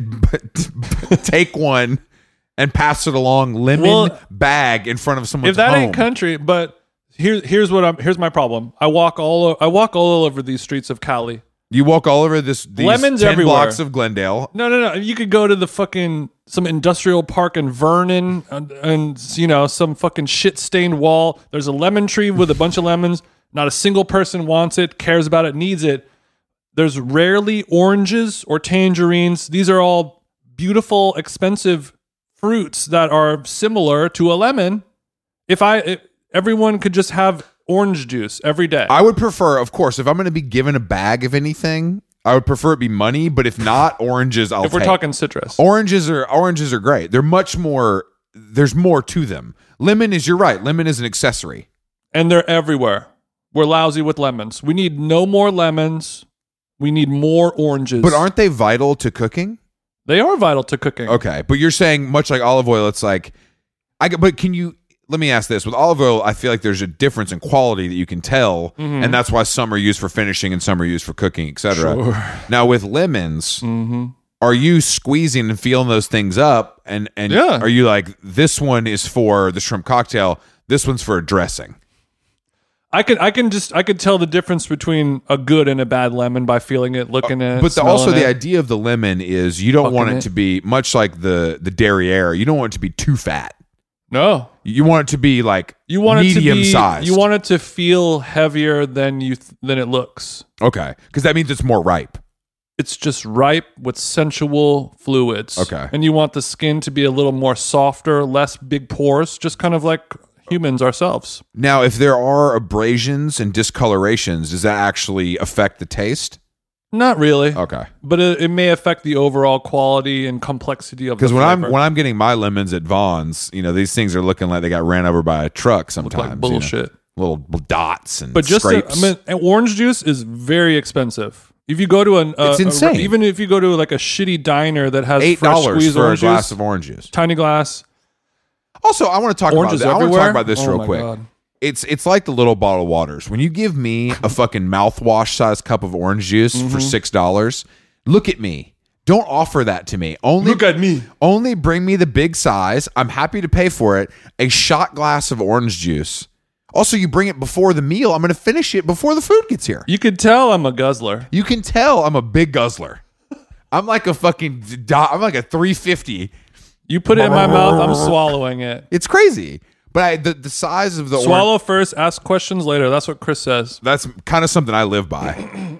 [SPEAKER 2] take one and pass it along lemon
[SPEAKER 1] Well,
[SPEAKER 2] bag in front of someone's
[SPEAKER 1] if that
[SPEAKER 2] home.
[SPEAKER 1] ain't country, but here, here's what I'm. Here's my problem. I walk all. o- I walk all over these streets of Cali.
[SPEAKER 2] you walk all over this these
[SPEAKER 1] Lemons
[SPEAKER 2] 10
[SPEAKER 1] everywhere.
[SPEAKER 2] blocks of Glendale.
[SPEAKER 1] No, no, no. You could go to the fucking some industrial park in Vernon, and, and you know some fucking shit stained wall. There's a lemon tree with a bunch of lemons. Not a single person wants it, cares about it, needs it. There's rarely oranges or tangerines. These are all beautiful, expensive fruits that are similar to a lemon. If I, if everyone could just have orange juice every day.
[SPEAKER 2] I would prefer, of course, if I'm going to be given a bag of anything, I would prefer it be money. But if not, oranges. I'll
[SPEAKER 1] if we're
[SPEAKER 2] take.
[SPEAKER 1] talking citrus,
[SPEAKER 2] oranges are oranges are great. They're much more. There's more to them. Lemon is. You're right. Lemon is an accessory.
[SPEAKER 1] and they're everywhere. We're lousy with lemons. We need no more lemons. We need more oranges.
[SPEAKER 2] But aren't they vital to cooking?
[SPEAKER 1] they are vital to cooking?
[SPEAKER 2] Okay, but you're saying much like olive oil, it's like I. But can you? Let me ask this: With olive oil, I feel like there's a difference in quality that you can tell,
[SPEAKER 1] Mm-hmm.
[SPEAKER 2] and that's why some are used for finishing and some are used for cooking, etc. Now with lemons,
[SPEAKER 1] Mm-hmm.
[SPEAKER 2] are you squeezing and feeling those things up, and and
[SPEAKER 1] Yeah.
[SPEAKER 2] are you like this one is for the shrimp cocktail, this one's for a dressing?
[SPEAKER 1] I can I can just I could tell the difference between a good and a bad lemon by feeling it, looking at it,
[SPEAKER 2] Uh, But the, also
[SPEAKER 1] smelling
[SPEAKER 2] the
[SPEAKER 1] it.
[SPEAKER 2] idea of the lemon is you don't want
[SPEAKER 1] Fucking
[SPEAKER 2] it,
[SPEAKER 1] it.
[SPEAKER 2] to be much like the the derriere. You don't want it to be too fat.
[SPEAKER 1] no,
[SPEAKER 2] You want it to be like
[SPEAKER 1] you want it to
[SPEAKER 2] medium
[SPEAKER 1] be
[SPEAKER 2] sized.
[SPEAKER 1] You want it to feel heavier than you th- than it looks.
[SPEAKER 2] Okay, because that means it's more ripe.
[SPEAKER 1] It's just ripe with sensual fluids.
[SPEAKER 2] Okay.
[SPEAKER 1] And you want the skin to be a little more softer, less big pores, just kind of like humans ourselves.
[SPEAKER 2] Now, if there are abrasions and discolorations, does that actually affect the taste?
[SPEAKER 1] Not really.
[SPEAKER 2] Okay.
[SPEAKER 1] But it, it may affect the overall quality and complexity of the
[SPEAKER 2] Because when I'm
[SPEAKER 1] flavor.
[SPEAKER 2] when I'm getting my lemons at Vaughn's, you know these things are looking like they got ran over by a truck sometimes.
[SPEAKER 1] like
[SPEAKER 2] you know.
[SPEAKER 1] bullshit.
[SPEAKER 2] little b- dots and
[SPEAKER 1] But just to-
[SPEAKER 2] scrapes.
[SPEAKER 1] I mean, and orange juice is very expensive. If you go to an, uh,
[SPEAKER 2] It's insane.
[SPEAKER 1] even if you go to like a shitty diner that has
[SPEAKER 2] Eight
[SPEAKER 1] fresh
[SPEAKER 2] dollars
[SPEAKER 1] squeezed
[SPEAKER 2] for a
[SPEAKER 1] orange
[SPEAKER 2] glass
[SPEAKER 1] juice,
[SPEAKER 2] of orange juice.
[SPEAKER 1] tiny glass,
[SPEAKER 2] Also, I want to talk
[SPEAKER 1] oranges
[SPEAKER 2] about that. I want to
[SPEAKER 1] everywhere.
[SPEAKER 2] talk about this
[SPEAKER 1] Oh
[SPEAKER 2] real
[SPEAKER 1] my
[SPEAKER 2] quick.
[SPEAKER 1] God.
[SPEAKER 2] It's it's like the little bottle waters. When you give me a fucking mouthwash sized cup of orange juice
[SPEAKER 1] Mm-hmm.
[SPEAKER 2] for six dollars, look at me. Don't offer that to me. Only
[SPEAKER 1] Look at me.
[SPEAKER 2] Only bring me the big size. I'm happy to pay for it. A shot glass of orange juice. Also, you bring it before the meal. I'm going to finish it before the food gets here.
[SPEAKER 1] You could tell I'm a guzzler.
[SPEAKER 2] You can tell I'm a big guzzler. I'm like a fucking. do- I'm like a 350.
[SPEAKER 1] You put it in my mouth, I'm swallowing it.
[SPEAKER 2] It's crazy. But I, the the size of the orange.
[SPEAKER 1] Swallow first, ask questions later. That's what Chris says.
[SPEAKER 2] That's kind of something I live by.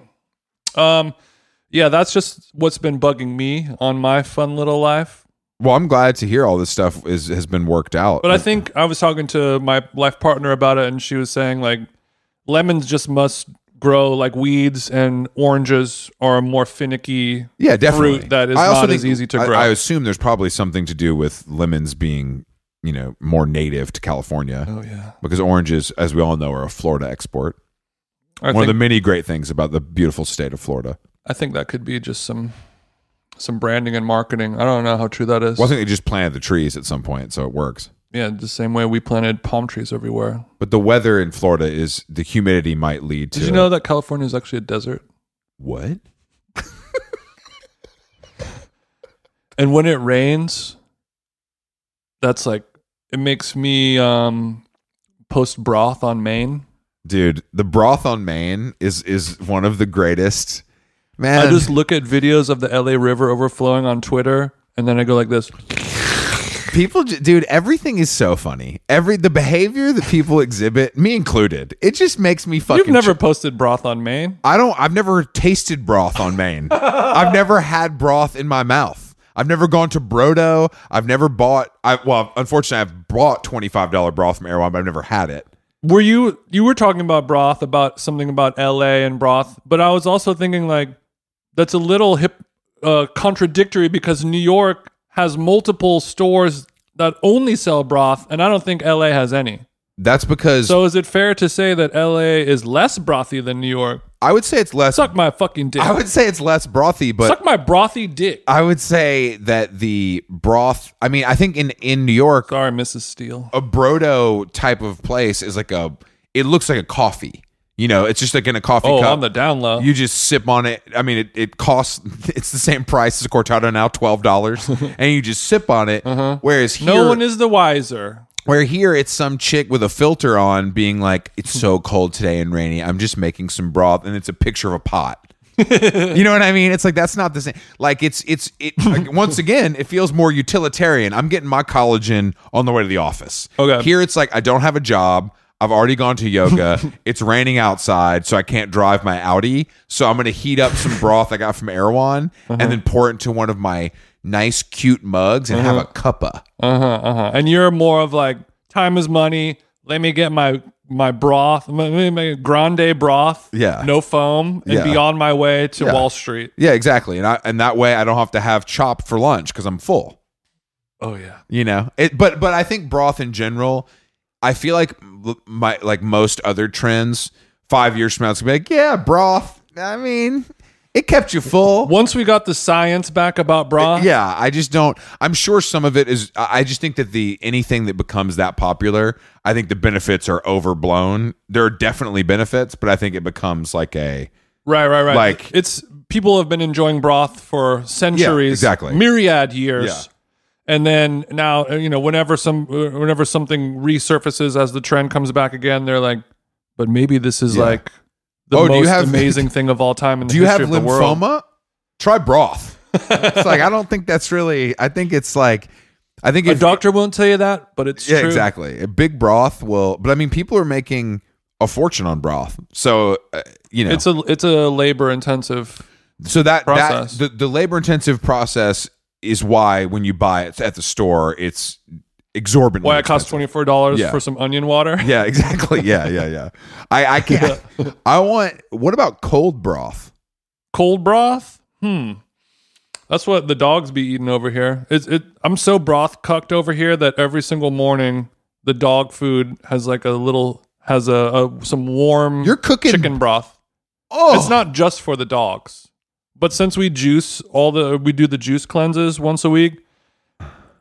[SPEAKER 1] Um, yeah, that's just what's been bugging me on my fun little life.
[SPEAKER 2] Well, I'm glad to hear all this stuff is has been worked out.
[SPEAKER 1] But I think I was talking to my life partner about it, and she was saying like lemons just must grow like weeds, and oranges are a more finicky
[SPEAKER 2] yeah, definitely.
[SPEAKER 1] fruit that is
[SPEAKER 2] I also
[SPEAKER 1] not
[SPEAKER 2] think-
[SPEAKER 1] as easy to
[SPEAKER 2] I-
[SPEAKER 1] grow.
[SPEAKER 2] I, assume there's probably something to do with lemons being, you know, more native to California.
[SPEAKER 1] oh yeah,
[SPEAKER 2] Because oranges, as we all know, are a Florida export.
[SPEAKER 1] I
[SPEAKER 2] One
[SPEAKER 1] think,
[SPEAKER 2] of the many great things about the beautiful state of Florida.
[SPEAKER 1] I think that could be just some some branding and marketing. I don't know how true that is.
[SPEAKER 2] Well, I think they just planted the trees at some point, so it works.
[SPEAKER 1] yeah, the same way we planted palm trees everywhere.
[SPEAKER 2] But the weather in Florida is the humidity might lead to
[SPEAKER 1] Did you know that California is actually a desert?
[SPEAKER 2] what?
[SPEAKER 1] and when it rains that's like it makes me um post broth on maine
[SPEAKER 2] Dude, the broth on Maine is is one of the greatest. Man,
[SPEAKER 1] i just look at videos of the la river overflowing on twitter and then i go like this
[SPEAKER 2] people ju- dude everything is so funny every the behavior that people exhibit me included it just makes me fucking
[SPEAKER 1] you've never
[SPEAKER 2] ch-
[SPEAKER 1] posted broth on maine
[SPEAKER 2] i don't i've never tasted broth on maine i've never had broth in my mouth i've never gone to brodo i've never bought i well unfortunately i've bought $25 broth from erewhon but i've never had it
[SPEAKER 1] were you you were talking about broth about something about la and broth but i was also thinking like that's a little hip uh, contradictory because new york has multiple stores that only sell broth and i don't think la has any
[SPEAKER 2] that's because
[SPEAKER 1] So is it fair to say that LA is less brothy than New York?
[SPEAKER 2] i would say it's less
[SPEAKER 1] Suck my fucking dick.
[SPEAKER 2] i would say it's less brothy but
[SPEAKER 1] Suck my brothy dick.
[SPEAKER 2] i would say that the broth i mean i think in in new york
[SPEAKER 1] Sorry, Mrs. Steele.
[SPEAKER 2] a brodo type of place is like a it looks like a coffee you know it's just like in a coffee
[SPEAKER 1] Oh,
[SPEAKER 2] cup
[SPEAKER 1] on the down low.
[SPEAKER 2] you just sip on it i mean it, it costs it's the same price as a cortado now $12 and you just sip on it whereas here
[SPEAKER 1] Uh-huh. no one is the wiser.
[SPEAKER 2] where here it's some chick with a filter on being like it's so cold today and rainy i'm just making some broth and it's a picture of a pot you know what i mean it's like that's not the same like it's it's it like, once again it feels more utilitarian i'm getting my collagen on the way to the office
[SPEAKER 1] Okay.
[SPEAKER 2] here it's like i don't have a job I've already gone to yoga. it's raining outside, so I can't drive my Audi. So I'm going to heat up some broth I got from Erewhon and then pour it into one of my nice, cute mugs and have a cuppa.
[SPEAKER 1] Uh huh. Uh
[SPEAKER 2] uh-huh.
[SPEAKER 1] huh. And you're more of like time is money. Let me get my my broth. Let me make a grande broth.
[SPEAKER 2] Yeah.
[SPEAKER 1] No foam and
[SPEAKER 2] Yeah.
[SPEAKER 1] be on my way to Wall Street.
[SPEAKER 2] Yeah, exactly. And I and that way I don't have to have chop for lunch because I'm full.
[SPEAKER 1] Oh yeah.
[SPEAKER 2] You know. It, but but I think broth in general, I feel like l- my like most other trends, five years from now it's gonna be like yeah broth. I mean, it kept you full.
[SPEAKER 1] Once we got the science back about broth,
[SPEAKER 2] Yeah, I just don't. I'm sure some of it is. I I just think that the anything that becomes that popular, I think the benefits are overblown. There are definitely benefits, but I think it becomes like a
[SPEAKER 1] Right, right, right.
[SPEAKER 2] Like-
[SPEAKER 1] it's people have been enjoying broth for centuries,
[SPEAKER 2] Yeah, exactly.
[SPEAKER 1] myriad years.
[SPEAKER 2] Yeah.
[SPEAKER 1] And then now, uh, you know, whenever some uh, whenever something resurfaces as the trend comes back again, they're like, but maybe this is
[SPEAKER 2] Yeah.
[SPEAKER 1] like the
[SPEAKER 2] Oh, do you
[SPEAKER 1] most
[SPEAKER 2] have-
[SPEAKER 1] amazing thing of all time in the
[SPEAKER 2] Do you have
[SPEAKER 1] history of the world.
[SPEAKER 2] lymphoma? Try broth. it's like I don't think that's really. I think it's like I think
[SPEAKER 1] A
[SPEAKER 2] if,
[SPEAKER 1] doctor won't tell you that, but it's
[SPEAKER 2] yeah
[SPEAKER 1] true.
[SPEAKER 2] exactly a big broth will. But I mean, people are making a fortune on broth, so uh, you know
[SPEAKER 1] It's a it's a labor intensive
[SPEAKER 2] So that
[SPEAKER 1] Process.
[SPEAKER 2] that the, the labor intensive process is why when you buy it at the store, it's exorbitant.
[SPEAKER 1] Why it costs twenty four dollars
[SPEAKER 2] Yeah.
[SPEAKER 1] for some onion water?
[SPEAKER 2] Yeah, exactly. Yeah, yeah, yeah. I I can't. I want. What about cold broth?
[SPEAKER 1] Cold broth? Hmm. That's what the dogs be eating over here. It's it I'm so broth cucked over here that every single morning the dog food has like a little has a, a some warm
[SPEAKER 2] You're cooking.
[SPEAKER 1] chicken broth.
[SPEAKER 2] Oh,
[SPEAKER 1] It's not just for the dogs, but since we juice all the we do the juice cleanses once a week.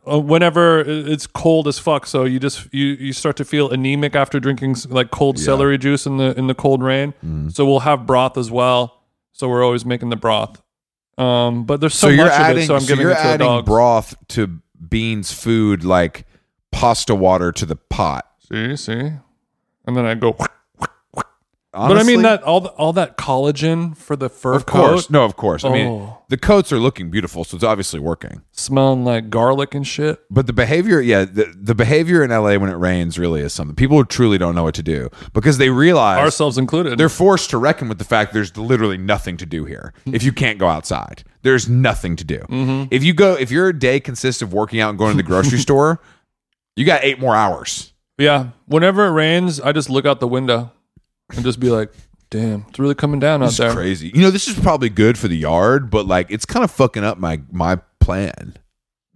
[SPEAKER 1] Uh, whenever i- it's cold as fuck, so you just you you start to feel anemic after drinking s- like cold celery juice in the in the cold rain.
[SPEAKER 2] Mm-hmm.
[SPEAKER 1] So we'll have broth as well. So we're always making the broth. Um, but there's so,
[SPEAKER 2] So, you're
[SPEAKER 1] much
[SPEAKER 2] adding.
[SPEAKER 1] of it, so I'm
[SPEAKER 2] so
[SPEAKER 1] giving
[SPEAKER 2] you're
[SPEAKER 1] it to the
[SPEAKER 2] adding
[SPEAKER 1] dogs.
[SPEAKER 2] broth to beans food like pasta water to the pot.
[SPEAKER 1] see, see, and then I go. but I
[SPEAKER 2] Honestly,
[SPEAKER 1] mean that all the, all that collagen for the fur
[SPEAKER 2] Of course,
[SPEAKER 1] coat,
[SPEAKER 2] no, of course. I mean,
[SPEAKER 1] Oh.
[SPEAKER 2] the coats are looking beautiful, so it's obviously working.
[SPEAKER 1] smelling like garlic and shit.
[SPEAKER 2] But the behavior, yeah, the, the behavior in LA when it rains really is something. People truly don't know what to do because they realize
[SPEAKER 1] Ourselves included.
[SPEAKER 2] they're forced to reckon with the fact there's literally nothing to do here. If you can't go outside, there's nothing to do.
[SPEAKER 1] Mm-hmm.
[SPEAKER 2] If you go, if your day consists of working out and going to the grocery store, you got eight more hours.
[SPEAKER 1] Yeah. Whenever it rains, I just look out the window and just be like, damn, it's really coming down out
[SPEAKER 2] This is
[SPEAKER 1] there.
[SPEAKER 2] crazy. You know, this is probably good for the yard, but like it's kind of fucking up my my plan.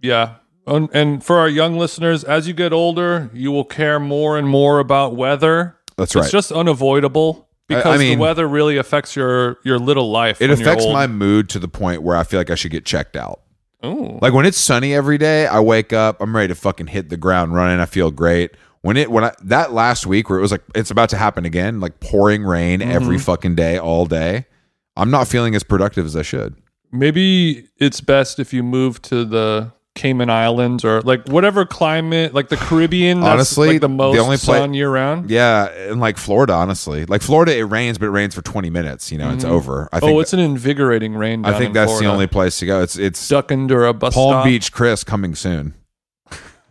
[SPEAKER 1] Yeah. And, and for our young listeners, as you get older, you will care more and more about weather.
[SPEAKER 2] That's
[SPEAKER 1] It's
[SPEAKER 2] right.
[SPEAKER 1] just unavoidable
[SPEAKER 2] I- I
[SPEAKER 1] because
[SPEAKER 2] mean-
[SPEAKER 1] the weather really affects your, your little life.
[SPEAKER 2] It
[SPEAKER 1] when you're
[SPEAKER 2] affects
[SPEAKER 1] old.
[SPEAKER 2] my mood to the point where I feel like I should get checked out.
[SPEAKER 1] Ooh.
[SPEAKER 2] Like when it's sunny every day, I wake up, I'm ready to fucking hit the ground running. I feel great. When it when I that last week where it was like it's about to happen again, like pouring rain
[SPEAKER 1] Mm-hmm.
[SPEAKER 2] every fucking day all day. I'm not feeling as productive as I should.
[SPEAKER 1] Maybe it's best if you move to the Cayman Islands or like whatever climate, like the Caribbean. That's
[SPEAKER 2] Honestly,
[SPEAKER 1] like the
[SPEAKER 2] the
[SPEAKER 1] most
[SPEAKER 2] only pla-
[SPEAKER 1] sun year round.
[SPEAKER 2] Yeah, and like Florida, honestly, like Florida, it rains, but it rains for 20 minutes. You know, it's over. I think
[SPEAKER 1] Oh, it's an invigorating rain.
[SPEAKER 2] I
[SPEAKER 1] down
[SPEAKER 2] think
[SPEAKER 1] in
[SPEAKER 2] that's
[SPEAKER 1] Florida.
[SPEAKER 2] the only place to go. It's it's
[SPEAKER 1] duck under a bus
[SPEAKER 2] Palm
[SPEAKER 1] stop.
[SPEAKER 2] Beach, Chris, coming soon.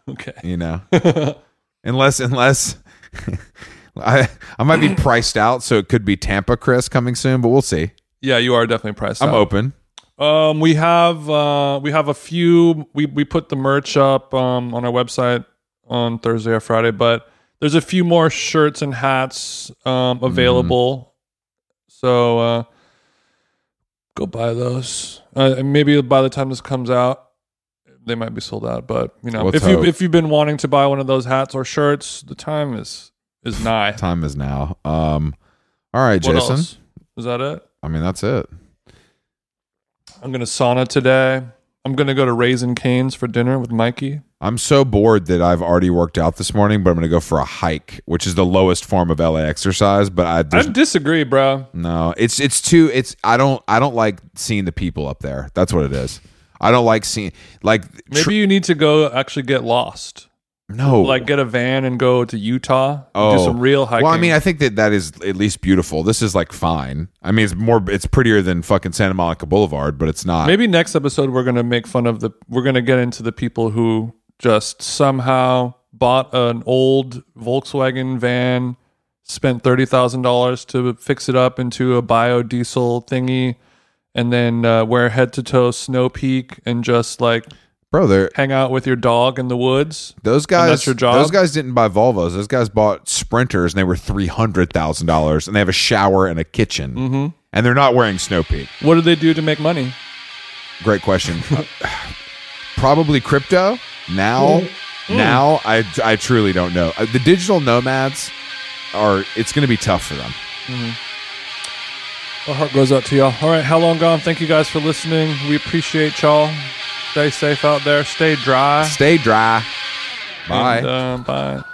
[SPEAKER 1] Okay.
[SPEAKER 2] you know unless unless I, I might be priced out so it could be tampa chris coming soon but we'll see
[SPEAKER 1] Yeah, you are definitely priced.
[SPEAKER 2] i'm
[SPEAKER 1] out.
[SPEAKER 2] open
[SPEAKER 1] Um, we have uh, we have a few. We we put the merch up um, on our website on Thursday or Friday, but there's a few more shirts and hats
[SPEAKER 2] Mm-hmm.
[SPEAKER 1] um, available. So uh, go buy those. Uh, and maybe by the time this comes out, they might be sold out. But you know,
[SPEAKER 2] Let's
[SPEAKER 1] if you
[SPEAKER 2] hope.
[SPEAKER 1] if you've been wanting to buy one of those hats or shirts, the time is is nigh.
[SPEAKER 2] time is now um all right
[SPEAKER 1] What
[SPEAKER 2] jason
[SPEAKER 1] else? Is that it?
[SPEAKER 2] i mean that's it
[SPEAKER 1] I'm gonna sauna today. I'm gonna go to Raisin Canes for dinner with Mikey.
[SPEAKER 2] i'm so bored that i've already worked out this morning but i'm gonna go for a hike which is the lowest form of la exercise but i
[SPEAKER 1] I
[SPEAKER 2] there's
[SPEAKER 1] disagree, bro.
[SPEAKER 2] No, it's it's too it's I don't I don't like seeing the people up there. That's what it is. I don't like seeing like
[SPEAKER 1] Maybe
[SPEAKER 2] tr-
[SPEAKER 1] you need to go actually get lost.
[SPEAKER 2] no
[SPEAKER 1] Like get a van and go to Utah. and
[SPEAKER 2] Oh.
[SPEAKER 1] do some real hiking.
[SPEAKER 2] Well, I mean, I think that that is at least beautiful. This is like fine. I mean, it's more, it's prettier than fucking Santa Monica Boulevard, but it's not.
[SPEAKER 1] maybe next episode we're gonna make fun of the. We're gonna get into the people who just somehow bought an old Volkswagen van, spent thirty thousand dollars to fix it up into a biodiesel thingy, and then uh, wear head to toe snow peak and just like
[SPEAKER 2] bro. They're,
[SPEAKER 1] hang out with your dog in the woods.
[SPEAKER 2] those guys,
[SPEAKER 1] that's your job?
[SPEAKER 2] those guys didn't buy Volvos. Those guys bought Sprinters, and they were three hundred thousand dollars, and they have a shower and a kitchen, mm-hmm. and they're not wearing snow peak.
[SPEAKER 1] What do they do to make money?
[SPEAKER 2] Great question. Uh, Probably crypto. Now,
[SPEAKER 1] Mm.
[SPEAKER 2] now, I I truly don't know. Uh, The digital nomads are. It's going to be tough for them.
[SPEAKER 1] Our heart goes out to y'all. All right, how long gone? Thank you guys for listening. We appreciate y'all. Stay safe out there. Stay dry.
[SPEAKER 2] Stay dry. Bye.
[SPEAKER 1] And, uh, bye.